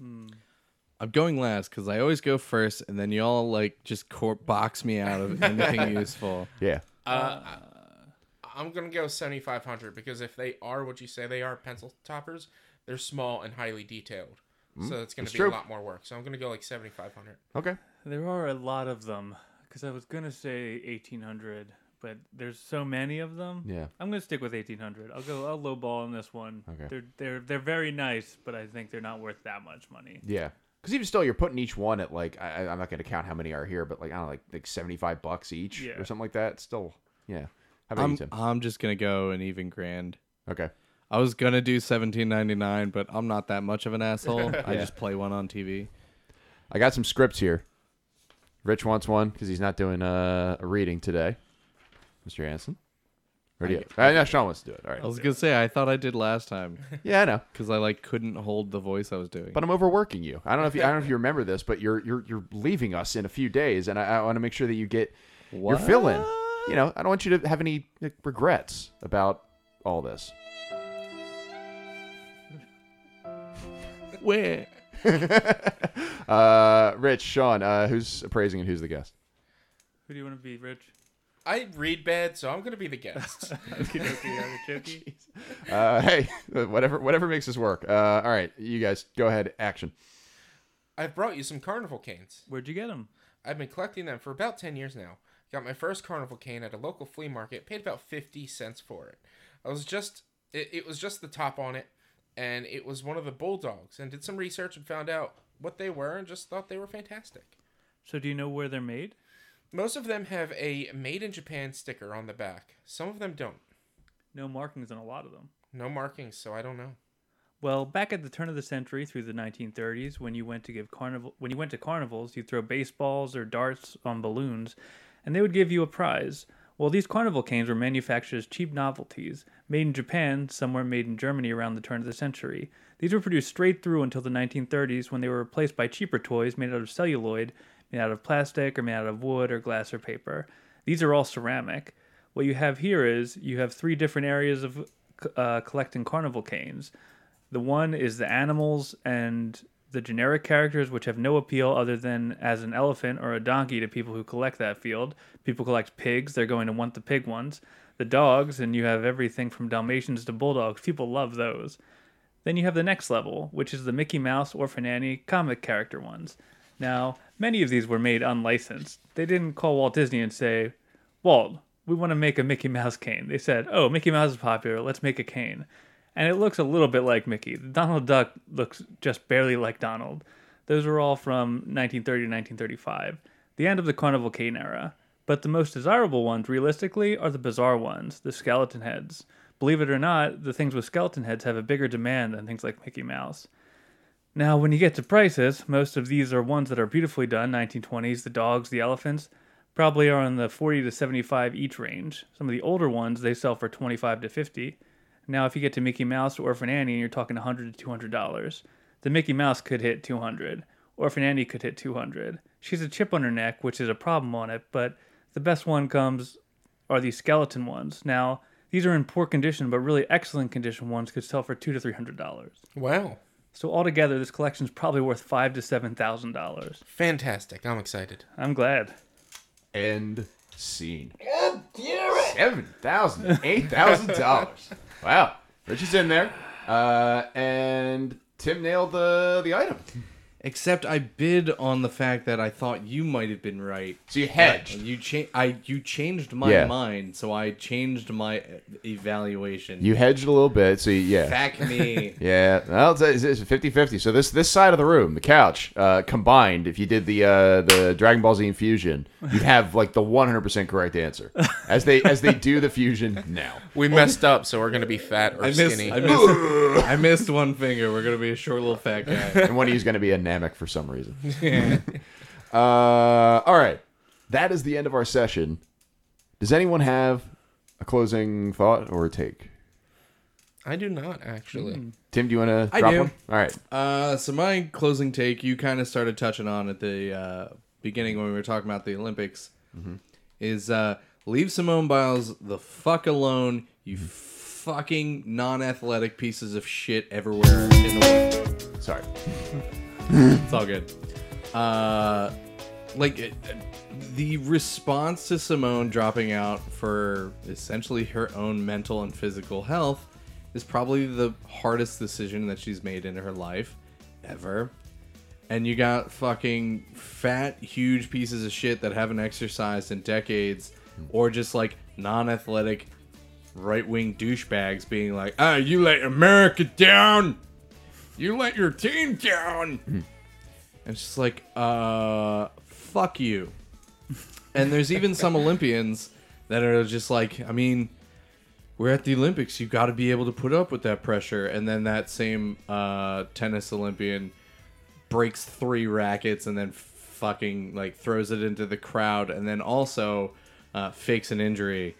[SPEAKER 4] I'm going last because I always go first, and then y'all like just cor- box me out of anything useful.
[SPEAKER 3] Yeah.
[SPEAKER 6] I'm gonna go 7,500 because if they are what you say they are, pencil toppers, they're small and highly detailed, so it's gonna
[SPEAKER 3] Hmm. that's
[SPEAKER 6] be
[SPEAKER 3] true.
[SPEAKER 6] a lot more work. So I'm gonna go like 7,500.
[SPEAKER 3] Okay.
[SPEAKER 5] There are a lot of them because I was gonna say 1800, but there's so many of them.
[SPEAKER 3] Yeah.
[SPEAKER 5] I'm gonna stick with 1800. I'll go. I'll lowball on this one.
[SPEAKER 3] Okay.
[SPEAKER 5] They're they're they're very nice, but I think they're not worth that much money.
[SPEAKER 3] Yeah. Because even still, you're putting each one at like I, I- I'm not going to count how many are here, but like I don't know, like like 75 bucks each
[SPEAKER 5] Yeah.
[SPEAKER 3] or something like that. Still, yeah. How about you,
[SPEAKER 4] I'm
[SPEAKER 3] Tim?
[SPEAKER 4] I'm just gonna go an even grand.
[SPEAKER 3] Okay.
[SPEAKER 4] I was gonna do 17.99, but I'm not that much of an asshole. I just play one on TV.
[SPEAKER 3] I got some scripts here. Rich wants one because he's not doing uh, a reading today. Mr. Hanson. Or do you? Uh, no, Sean wants to do it. All
[SPEAKER 4] I Oh,
[SPEAKER 3] right.
[SPEAKER 4] was gonna say I thought I did last time
[SPEAKER 3] Yeah, I know.
[SPEAKER 4] because I like couldn't hold the voice I was doing.
[SPEAKER 3] But I'm overworking you. I don't know if you, I don't know if you remember this, but you're you're you're leaving us in a few days, and I, I want to make sure that you get your fill in. You know, I don't want you to have any like, regrets about all this.
[SPEAKER 4] where?
[SPEAKER 3] Uh, Rich, Sean, uh, who's appraising and who's the guest?
[SPEAKER 5] Who do you want to be, Rich?
[SPEAKER 6] I read bad, so I'm gonna be the guest.
[SPEAKER 5] Okie dokie,
[SPEAKER 3] Uh, hey, whatever whatever makes this work. Uh, all right, you guys go ahead. Action.
[SPEAKER 6] I've brought you some carnival canes.
[SPEAKER 5] Where'd you get him?
[SPEAKER 6] I've been collecting them for about 10 years now. Got my first carnival cane at a local flea market, paid about 50 cents for it. I was just it, it was just the top on it and it was one of the bulldogs and did some research and found out what they were and just thought they were fantastic.
[SPEAKER 5] So do you know where they're made?
[SPEAKER 6] Most of them have a made in Japan sticker on the back. Some of them don't.
[SPEAKER 5] No markings on a lot of them.
[SPEAKER 6] No markings, so I don't know.
[SPEAKER 5] Well, back at the turn of the century through the 1930s, when you went to give carnival, when you went to carnivals, you'd throw baseballs or darts on balloons, and they would give you a prize. Well, these carnival canes were manufactured as cheap novelties, made in Japan, some were made in Germany around the turn of the century. These were produced straight through until the 1930s, when they were replaced by cheaper toys made out of celluloid, made out of plastic, or made out of wood or glass or paper. These are all ceramic. What you have here is you have three different areas of uh, collecting carnival canes. The one is the animals and the generic characters, which have no appeal other than as an elephant or a donkey to people who collect that field. People collect pigs, they're going to want the pig ones. The dogs, and you have everything from Dalmatians to Bulldogs. People love those. Then you have the next level, which is the Mickey Mouse, Orphan Annie, comic character ones. Now, many of these were made unlicensed. They didn't call Walt Disney and say, Walt, we want to make a Mickey Mouse cane. They said, Oh, Mickey Mouse is popular. Let's make a cane. And it looks a little bit like Mickey. The Donald Duck looks just barely like Donald. Those were all from 1930 to 1935, the end of the carnival cane era. But the most desirable ones, realistically, are the bizarre ones, the skeleton heads. Believe it or not, the things with skeleton heads have a bigger demand than things like Mickey Mouse. Now, when you get to prices, most of these are ones that are beautifully done 1920s, the dogs, the elephants, probably are in the 40 to 75 each range. Some of the older ones they sell for 25 to 50. Now, if you get to Mickey Mouse or Orphan Annie, you're talking 100 to 200 dollars. The Mickey Mouse could hit 200. Orphan Annie could hit 200. She's a chip on her neck, which is a problem on it, but the best one comes are these skeleton ones. Now, these are in poor condition, but really excellent condition ones could sell for two to three hundred dollars.
[SPEAKER 6] Wow.
[SPEAKER 5] So altogether, this collection's probably worth five to seven thousand dollars.
[SPEAKER 6] Fantastic. I'm excited.
[SPEAKER 5] I'm glad.
[SPEAKER 3] End scene. Seven thousand, eight thousand dollars. Wow, Rich is in there, uh, and Tim nailed the the item.
[SPEAKER 4] Except I bid on the fact that I thought you might have been right.
[SPEAKER 3] So you hedged.
[SPEAKER 4] You cha- I you changed my
[SPEAKER 3] Yeah.
[SPEAKER 4] mind, so I changed my uh, evaluation.
[SPEAKER 3] You hedged a little bit. So you, yeah,
[SPEAKER 4] back me.
[SPEAKER 3] Yeah, well, it's, it's- it's 50-50. So this this side of the room, the couch, uh, combined, if you did the uh, the Dragon Ball Z infusion, you'd have like the one hundred percent correct answer. As they as they do the fusion now.
[SPEAKER 6] We messed up, so we're gonna be fat or
[SPEAKER 4] I missed,
[SPEAKER 6] skinny.
[SPEAKER 4] I missed. I missed one finger. We're gonna be a short little fat guy.
[SPEAKER 3] and one of you's going to be a Namek for some reason. uh, all right, that is the end of our session. Does anyone have a closing thought or a take?
[SPEAKER 6] I do not actually.
[SPEAKER 3] Tim, do you want to
[SPEAKER 4] I
[SPEAKER 3] drop
[SPEAKER 4] do.
[SPEAKER 3] one? All right,
[SPEAKER 4] Uh, so my closing take, you kind of started touching on at the uh, beginning when we were talking about the Olympics, is uh, leave Simone Biles the fuck alone. You fucking non-athletic pieces of shit everywhere in the world.
[SPEAKER 3] sorry.
[SPEAKER 4] It's all good. Uh, like it, the response to Simone dropping out for essentially her own mental and physical health is probably the hardest decision that she's made in her life ever. And you got fucking fat, huge pieces of shit that haven't exercised in decades, or just like non-athletic right-wing douchebags being like, "Ah, you let America down." You let your team down. And it's just like, uh, fuck you. And there's even some Olympians that are just like, I mean, we're at the Olympics. You got to be able to put up with that pressure. And then that same uh, tennis Olympian breaks three rackets and then fucking like throws it into the crowd and then also uh, fakes an injury.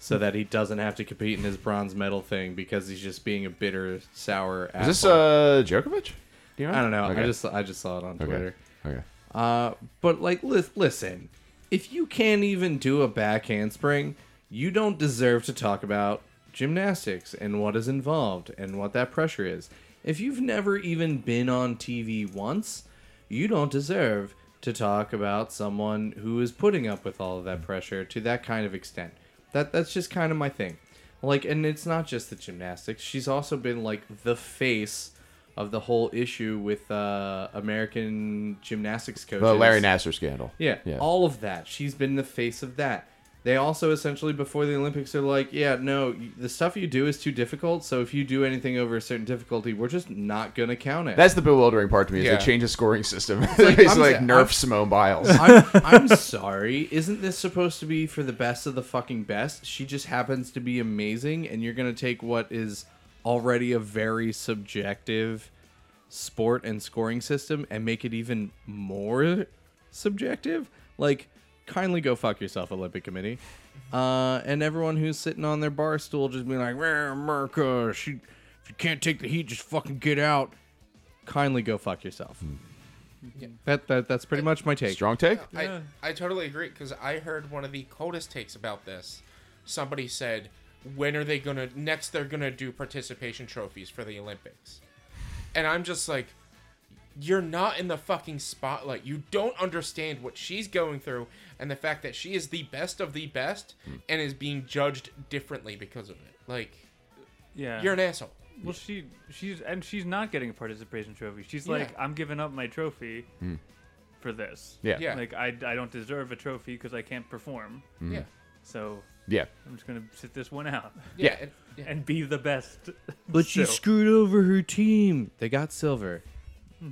[SPEAKER 4] so that he doesn't have to compete in his bronze medal thing because he's just being a bitter, sour.
[SPEAKER 3] Is
[SPEAKER 4] Asshole.
[SPEAKER 3] this uh Djokovic? Do you
[SPEAKER 4] I don't know.
[SPEAKER 3] Okay.
[SPEAKER 4] I just I just saw it on
[SPEAKER 3] okay.
[SPEAKER 4] Twitter.
[SPEAKER 3] Okay.
[SPEAKER 4] Uh, but like, li- listen, if you can't even do a back handspring, you don't deserve to talk about gymnastics and what is involved and what that pressure is. If you've never even been on TV once, you don't deserve to talk about someone who is putting up with all of that pressure to that kind of extent. That that's just kind of my thing. Like, and it's not just the gymnastics. She's also been like the face of the whole issue with uh, American gymnastics coaches.
[SPEAKER 3] The Larry Nasser scandal.
[SPEAKER 4] Yeah,
[SPEAKER 3] Yeah.
[SPEAKER 4] all of that. She's been the face of that. They also essentially before the Olympics are like, yeah, no, y- the stuff you do is too difficult. So if you do anything over a certain difficulty, we're just not gonna count it.
[SPEAKER 3] That's the bewildering part to me. Is
[SPEAKER 6] Yeah.
[SPEAKER 3] they change the scoring system. it's
[SPEAKER 4] I'm
[SPEAKER 3] like
[SPEAKER 4] sa-
[SPEAKER 3] Nerf
[SPEAKER 4] I'm-
[SPEAKER 3] Simone Biles.
[SPEAKER 4] I'm, I'm sorry. Isn't this supposed to be for the best of the fucking best? She just happens to be amazing, and you're gonna take what is already a very subjective sport and scoring system and make it even more subjective. Like, kindly go fuck yourself, Olympic Committee. Uh, and everyone who's sitting on their bar stool just being like, "Rah, America, she, if you can't take the heat, just fucking get out. Kindly go fuck yourself. That, that that's pretty much my take.
[SPEAKER 3] Strong take.
[SPEAKER 6] I, I totally agree because I heard one of the coldest takes about this. Somebody said, "When are they gonna next? They're gonna do participation trophies for the Olympics," and I'm just like, "You're not in the fucking spotlight. You don't understand what she's going through, and the fact that she is the best of the best and is being judged differently because of it. Like,
[SPEAKER 5] Yeah.
[SPEAKER 6] you're an asshole."
[SPEAKER 5] Well, she she's and she's not getting a participation trophy. She's
[SPEAKER 6] Yeah.
[SPEAKER 5] like, I'm giving up my trophy for this.
[SPEAKER 3] Hmm. Yeah.
[SPEAKER 6] Yeah.
[SPEAKER 5] Like I, I don't deserve a trophy because I can't perform.
[SPEAKER 3] Hmm.
[SPEAKER 6] Yeah.
[SPEAKER 5] So
[SPEAKER 3] Yeah.
[SPEAKER 5] I'm just gonna sit this one out
[SPEAKER 3] Yeah.
[SPEAKER 6] and- yeah.
[SPEAKER 5] and be the best.
[SPEAKER 4] But she
[SPEAKER 5] So-
[SPEAKER 4] screwed over her team. They got silver.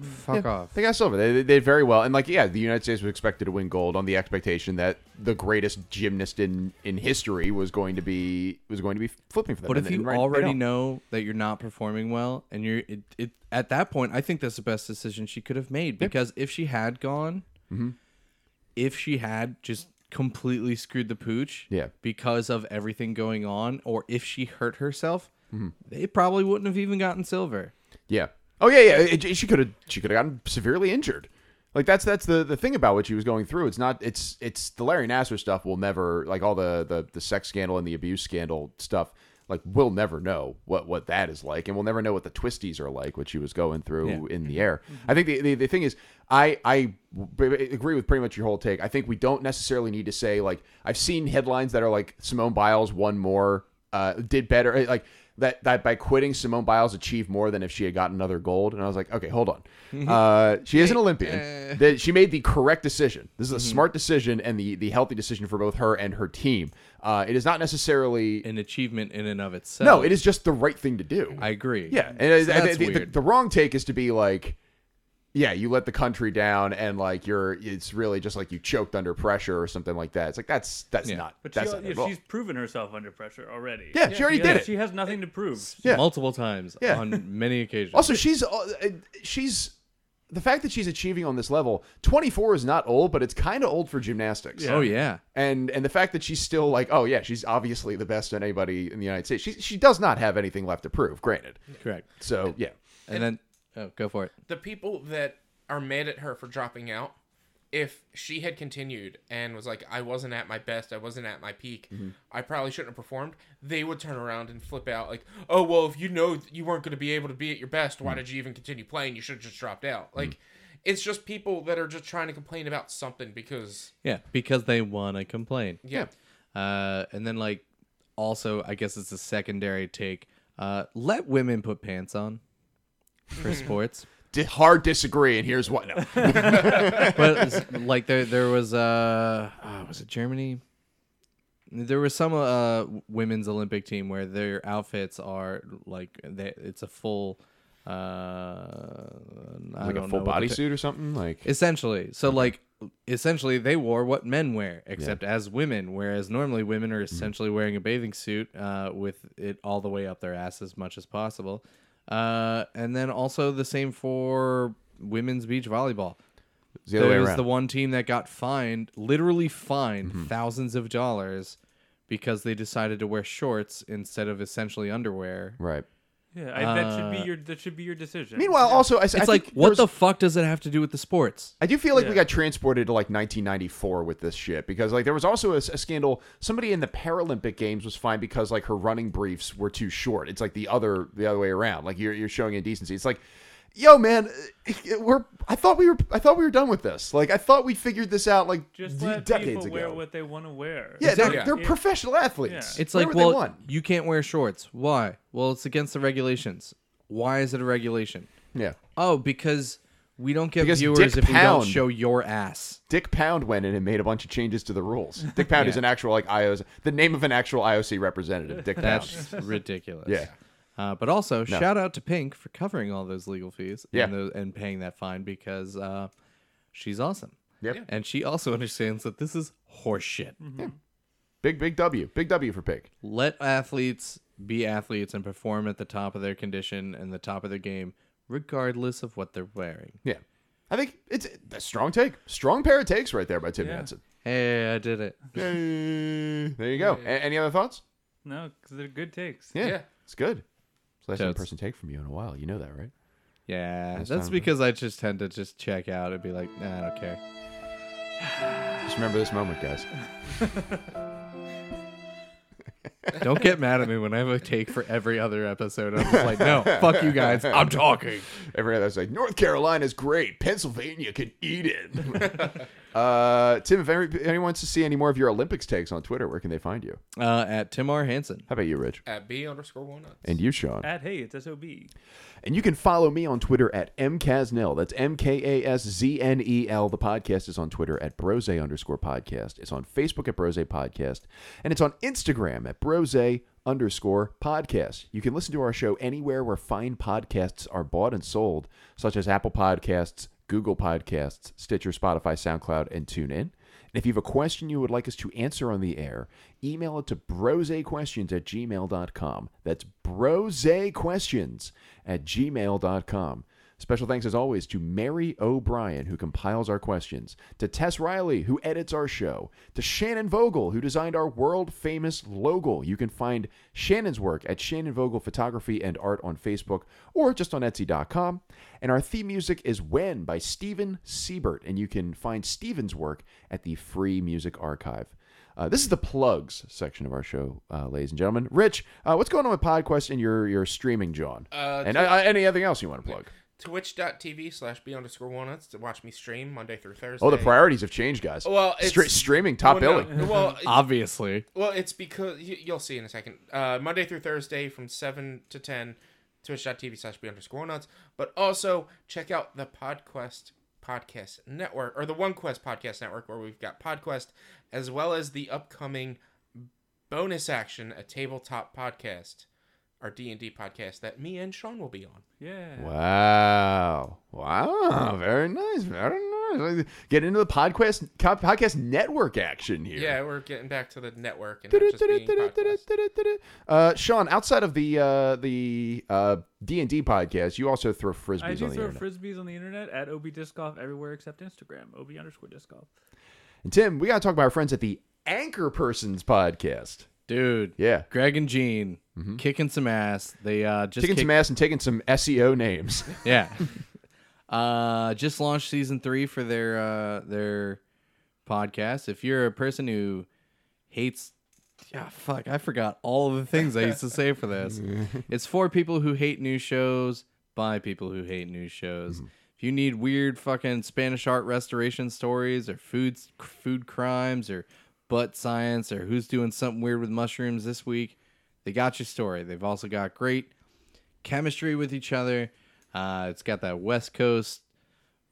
[SPEAKER 4] Fuck off.
[SPEAKER 3] They got silver. They, they did very well. And like, yeah, the United States was expected to win gold on the expectation that the greatest gymnast in, in history was going to be was going to be flipping for them.
[SPEAKER 4] But
[SPEAKER 3] And-
[SPEAKER 4] if you
[SPEAKER 3] and right- they
[SPEAKER 4] already
[SPEAKER 3] don't.
[SPEAKER 4] know that you're not performing well, and you're it, it, at that point, I think that's the best decision she could have made because if she had gone, if she had just completely screwed the pooch,
[SPEAKER 3] Yeah.
[SPEAKER 4] because of everything going on, or if she hurt herself, they probably wouldn't have even gotten silver.
[SPEAKER 3] Yeah. Oh yeah, yeah. It- it- she could have. She could have gotten severely injured. Like that's that's the the thing about what she was going through. It's not. It's it's the Larry Nasser stuff. will never like all the the the sex scandal and the abuse scandal stuff. Like we'll never know what what that is like, and we'll never know what the twisties are like. What she was going through
[SPEAKER 4] Yeah.
[SPEAKER 3] in the air. I think the, the the thing is, I I b- b- agree with pretty much your whole take. I think we don't necessarily need to say like I've seen headlines that are like Simone Biles won more, uh, did better, like that that by quitting Simone Biles achieved more than if she had gotten another gold. And I was like, okay, hold
[SPEAKER 4] Mm-hmm.
[SPEAKER 3] on, uh, she is an
[SPEAKER 4] eh.
[SPEAKER 3] Olympian. That she made the correct decision. This is a
[SPEAKER 4] Mm-hmm.
[SPEAKER 3] smart decision and the the healthy decision for both her and her team. Uh, it is not necessarily
[SPEAKER 4] An achievement in and of itself.
[SPEAKER 3] no, it is just the right thing to do.
[SPEAKER 4] I agree.
[SPEAKER 3] Yeah, and
[SPEAKER 4] So
[SPEAKER 3] I- I-
[SPEAKER 4] that's
[SPEAKER 3] the, the-
[SPEAKER 4] weird.
[SPEAKER 3] the wrong take is to be like, yeah, you let the country down, and like you're, it's really just like you choked under pressure or something like that. It's like that's that's
[SPEAKER 4] Yeah.
[SPEAKER 3] not.
[SPEAKER 5] But she,
[SPEAKER 3] that's
[SPEAKER 5] al-
[SPEAKER 3] not
[SPEAKER 5] yeah,
[SPEAKER 3] at all.
[SPEAKER 5] she's proven herself under pressure already.
[SPEAKER 3] Yeah, she already did it.
[SPEAKER 5] She has nothing to prove.
[SPEAKER 3] Yeah.
[SPEAKER 4] multiple times
[SPEAKER 3] Yeah.
[SPEAKER 4] on many occasions.
[SPEAKER 3] Also, she's uh, uh, she's the fact that she's achieving on this level. Twenty four is not old, but it's kind of old for gymnastics.
[SPEAKER 4] oh yeah.
[SPEAKER 3] And and the fact that she's still like, oh yeah, she's obviously the best in anybody in the United States. She she does not have anything left to prove. Granted.
[SPEAKER 4] Correct.
[SPEAKER 3] So yeah.
[SPEAKER 4] And then oh, go for it.
[SPEAKER 6] the people that are mad at her for dropping out, if she had continued and was like, I wasn't at my best, I wasn't at my peak,
[SPEAKER 3] Mm-hmm.
[SPEAKER 6] I probably shouldn't have performed, they would turn around and flip out like, oh, well, if you know that you weren't going to be able to be at your best,
[SPEAKER 3] Mm.
[SPEAKER 6] why did you even continue playing? You should have just dropped out. Like, it's just people that are just trying to complain about something because,
[SPEAKER 4] Yeah, because they want to complain.
[SPEAKER 6] yeah.
[SPEAKER 4] Uh, and then like also, I guess it's a secondary take. Uh, let women put pants on for sports.
[SPEAKER 3] Di- hard disagree, and here's what. No.
[SPEAKER 4] but it's- like there there was uh oh, was it Germany? There was some uh women's Olympic team where their outfits are like they, it's a full uh
[SPEAKER 3] like a full bodysuit or something like
[SPEAKER 4] Essentially. So like essentially they wore what men wear except as women whereas normally women
[SPEAKER 3] Mm-hmm.
[SPEAKER 4] are essentially wearing a bathing suit uh, with it all the way up their ass as much as possible uh, and then also the same for women's beach volleyball
[SPEAKER 3] it's the other way
[SPEAKER 4] there was
[SPEAKER 3] around Mm-hmm.
[SPEAKER 4] the one team that got fined literally fined thousands of dollars because they decided to wear shorts instead of essentially underwear.
[SPEAKER 3] Right.
[SPEAKER 5] Yeah, I, that should be your that should be your decision.
[SPEAKER 3] Uh, Meanwhile, also, I, it's
[SPEAKER 4] It's like, what the fuck does it have to do with the sports?
[SPEAKER 3] I do feel like we
[SPEAKER 5] Yeah.
[SPEAKER 3] got transported to like 1994 with this shit because like there was also a, a scandal. Somebody in the Paralympic Games was fined because like her running briefs were too short. It's like the other the other way around. Like you're you're showing indecency. It's like, yo man, eh, we're I thought we were I thought we were done with this. Like I thought we figured this out like
[SPEAKER 5] just
[SPEAKER 3] d-
[SPEAKER 5] let
[SPEAKER 3] decades
[SPEAKER 5] people
[SPEAKER 3] ago.
[SPEAKER 5] wear what they want to wear.
[SPEAKER 3] yeah, they're,
[SPEAKER 6] Exactly.
[SPEAKER 3] they're professional athletes.
[SPEAKER 5] Yeah.
[SPEAKER 4] It's
[SPEAKER 3] Wear
[SPEAKER 4] like,
[SPEAKER 3] what they
[SPEAKER 4] well,
[SPEAKER 3] want.
[SPEAKER 4] you can't wear shorts. Why? Well, it's against the regulations. Why is it a regulation?
[SPEAKER 3] yeah.
[SPEAKER 4] Oh, because we don't get
[SPEAKER 3] Because
[SPEAKER 4] viewers
[SPEAKER 3] Dick
[SPEAKER 4] if we don't
[SPEAKER 3] Pound-
[SPEAKER 4] show your ass.
[SPEAKER 3] Dick Pound went in and made a bunch of changes to the rules. Dick Pound is an actual like IOC, the name of an actual IOC representative. Dick Pound.
[SPEAKER 4] That's ridiculous.
[SPEAKER 3] Yeah.
[SPEAKER 4] Uh, but also, shout out to Pink for covering all those legal fees
[SPEAKER 3] Yeah.
[SPEAKER 4] and, tho- and paying that fine because uh, she's awesome.
[SPEAKER 3] Yep. Mm-hmm.
[SPEAKER 6] Yeah.
[SPEAKER 4] And she also understands that this is horseshit.
[SPEAKER 3] Big big W. Big W for pig.
[SPEAKER 4] Let athletes be athletes and perform at the top of their condition and the top of their game, regardless of what they're wearing.
[SPEAKER 3] Yeah. I think it's a strong take. Strong pair of takes right there by Tim Hansen.
[SPEAKER 4] Hey, I did it.
[SPEAKER 3] Yay. There you go. A- any other thoughts?
[SPEAKER 5] No, because they're good takes.
[SPEAKER 3] Yeah.
[SPEAKER 6] Yeah.
[SPEAKER 3] It's good. It's the last
[SPEAKER 4] Totes.
[SPEAKER 3] in-person take from you in a while. You know that, right?
[SPEAKER 4] Yeah,
[SPEAKER 3] Nice
[SPEAKER 4] that's
[SPEAKER 3] time.
[SPEAKER 4] because I just tend to just check out and be like, nah, I don't care.
[SPEAKER 3] Just remember this moment, guys.
[SPEAKER 4] Don't get mad at me when I have a take for every other episode. I'm just like, no, fuck you guys. I'm talking.
[SPEAKER 3] Every other's like, North Carolina's great. Pennsylvania can eat it. uh, Tim, if any, anyone wants to see any more of your Olympics takes on Twitter, where can they find you?
[SPEAKER 4] Uh, at Tim R. Hansen.
[SPEAKER 3] How about you, Rich?
[SPEAKER 6] At B underscore walnuts.
[SPEAKER 3] And you, Sean.
[SPEAKER 5] At hey, it's sob.
[SPEAKER 3] And you can follow me on Twitter at mkaznel. That's M K A S Z N E L. The podcast is on Twitter at brose underscore podcast. It's on Facebook at brose podcast. And it's on Instagram at brose underscore podcast. You can listen to our show anywhere where fine podcasts are bought and sold, such as Apple Podcasts, Google Podcasts, Stitcher, Spotify, SoundCloud, and TuneIn. And if you have a question you would like us to answer on the air, email it to brosequestions at gmail.com. That's brosequestions at gmail.com. Special thanks, as always, to Mary O'Brien, who compiles our questions, to Tess Riley, who edits our show, to Shannon Vogel, who designed our world famous logo. You can find Shannon's work at Shannon Vogel Photography and Art on Facebook or just on Etsy.com. And our theme music is When by Steven Siebert, and you can find Steven's work at the Free Music Archive. Uh, this is the plugs section of our show, uh, ladies and gentlemen. Rich, uh, what's going on with PodQuest and your, your streaming, John?
[SPEAKER 6] Uh,
[SPEAKER 3] and uh, anything else you want to plug?
[SPEAKER 6] Twitch.tv slash B underscore walnuts to watch me stream Monday through Thursday.
[SPEAKER 3] Oh, the priorities have changed, guys.
[SPEAKER 6] Well, it's-
[SPEAKER 3] Stra- streaming top
[SPEAKER 6] well,
[SPEAKER 3] billing.
[SPEAKER 6] no, well, it-
[SPEAKER 4] Obviously.
[SPEAKER 6] well, it's because you, you'll see in a second. Uh, Monday through Thursday from seven to ten, Twitch.tv slash B underscore walnuts. But also check out the PodQuest podcast network or the OneQuest podcast network where we've got PodQuest as well as the upcoming bonus action, a tabletop podcast, our D and D podcast that me and Sean will be on.
[SPEAKER 5] Yeah.
[SPEAKER 3] Wow! Wow! Very nice. Very nice. Get into the podcast co- podcast network action here.
[SPEAKER 6] Yeah, we're getting back to the network and not just being PodQuest.
[SPEAKER 3] Uh, Sean, outside of the uh, the D and D podcast, you also throw frisbees
[SPEAKER 5] I
[SPEAKER 3] on the
[SPEAKER 5] do throw
[SPEAKER 3] internet.
[SPEAKER 5] frisbees on the internet at ob disc golf everywhere except Instagram. Ob underscore disc golf.
[SPEAKER 3] and Tim, we got to talk about our friends at the Anchor Persons podcast.
[SPEAKER 4] Dude.
[SPEAKER 3] Yeah.
[SPEAKER 4] Greg and Gene kicking some ass. They uh, just
[SPEAKER 3] Taking
[SPEAKER 4] kicked-
[SPEAKER 3] some ass and taking some SEO names.
[SPEAKER 4] Yeah. uh, just launched season three for their uh, their podcast. If you're a person who hates, yeah, fuck, I forgot all of the things I used to say for this. it's for people who hate new shows by people who hate new shows.
[SPEAKER 3] Mm-hmm.
[SPEAKER 4] If you need weird fucking Spanish art restoration stories or food food crimes or butt science or who's doing something weird with mushrooms this week, they got your story. They've also got great chemistry with each other. Uh, it's got that West Coast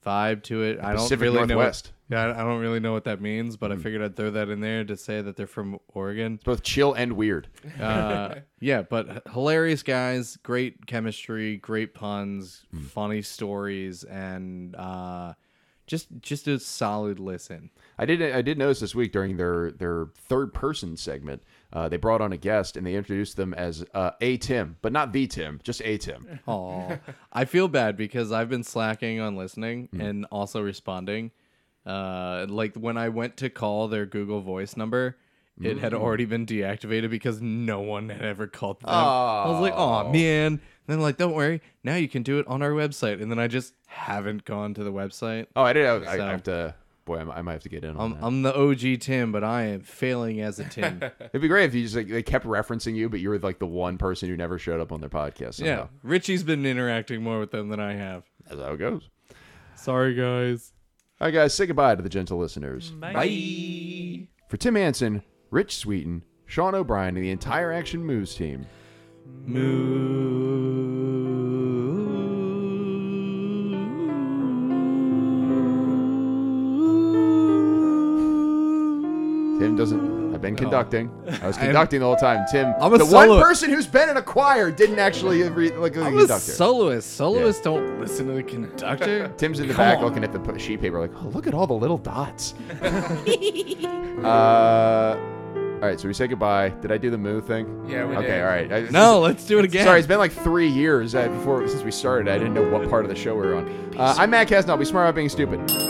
[SPEAKER 4] vibe to it. I don't
[SPEAKER 3] Pacific
[SPEAKER 4] really know.
[SPEAKER 3] Northwest. Hmm.
[SPEAKER 4] What, yeah, I- I don't really know what that means, but I figured I'd throw that in there to say that they're from Oregon.
[SPEAKER 3] Both chill and weird.
[SPEAKER 4] Uh, yeah, but h- hilarious guys, great chemistry, great puns, funny stories, and uh, just just a solid listen.
[SPEAKER 3] I did. I did notice this week during their their third person segment, uh, they brought on a guest and they introduced them as uh, a Tim, but not the Tim, just a Tim.
[SPEAKER 4] Aw. I feel bad because I've been slacking on listening and also responding. Uh, like when I went to call their Google Voice number, It had already been deactivated because no one had ever called them. I
[SPEAKER 3] Oh.
[SPEAKER 4] was like, oh man. And then like, don't worry, now you can do it on our website. And then I just haven't gone to the website.
[SPEAKER 3] Oh, I didn't. I,
[SPEAKER 4] So- Um,
[SPEAKER 3] I have to. Boy, I, might- I might have to get in on
[SPEAKER 4] I'm,
[SPEAKER 3] that.
[SPEAKER 4] I'm the OG Tim, but I am failing as a Tim.
[SPEAKER 3] It'd be great if you just like they kept referencing you, but you were like the one person who never showed up on their podcast.
[SPEAKER 4] yeah,
[SPEAKER 3] Somehow.
[SPEAKER 4] Richie's been interacting more with them than I have.
[SPEAKER 3] that's how it goes.
[SPEAKER 4] Sorry guys.
[SPEAKER 3] All right, guys, say goodbye to the gentle listeners.
[SPEAKER 6] Bye.
[SPEAKER 3] For Tim Anson, Rich Sweeten, Sean O'Brien, and the entire Action Moves team. Tim doesn't. I've been conducting. I was conducting the whole time. Tim,
[SPEAKER 4] I'm a
[SPEAKER 3] the
[SPEAKER 4] solo-
[SPEAKER 3] one person who's been in a choir, didn't actually read like a
[SPEAKER 4] I'm a
[SPEAKER 3] conductor.
[SPEAKER 4] soloist. Soloists don't listen to the conductor.
[SPEAKER 3] Tim's in the
[SPEAKER 4] Come
[SPEAKER 3] back
[SPEAKER 4] on.
[SPEAKER 3] looking at the p- sheet paper, like, oh, look at all the little dots. uh, all right, so we say goodbye. Did I do the moo thing?
[SPEAKER 6] Yeah, we
[SPEAKER 3] okay,
[SPEAKER 6] did.
[SPEAKER 3] all right. I-
[SPEAKER 4] No, let's do it again.
[SPEAKER 3] Sorry, it's been like three years uh, before since we started. I didn't know what part of the show we were on. Uh, I'm Matt Kasdan. I'll be smart about being stupid.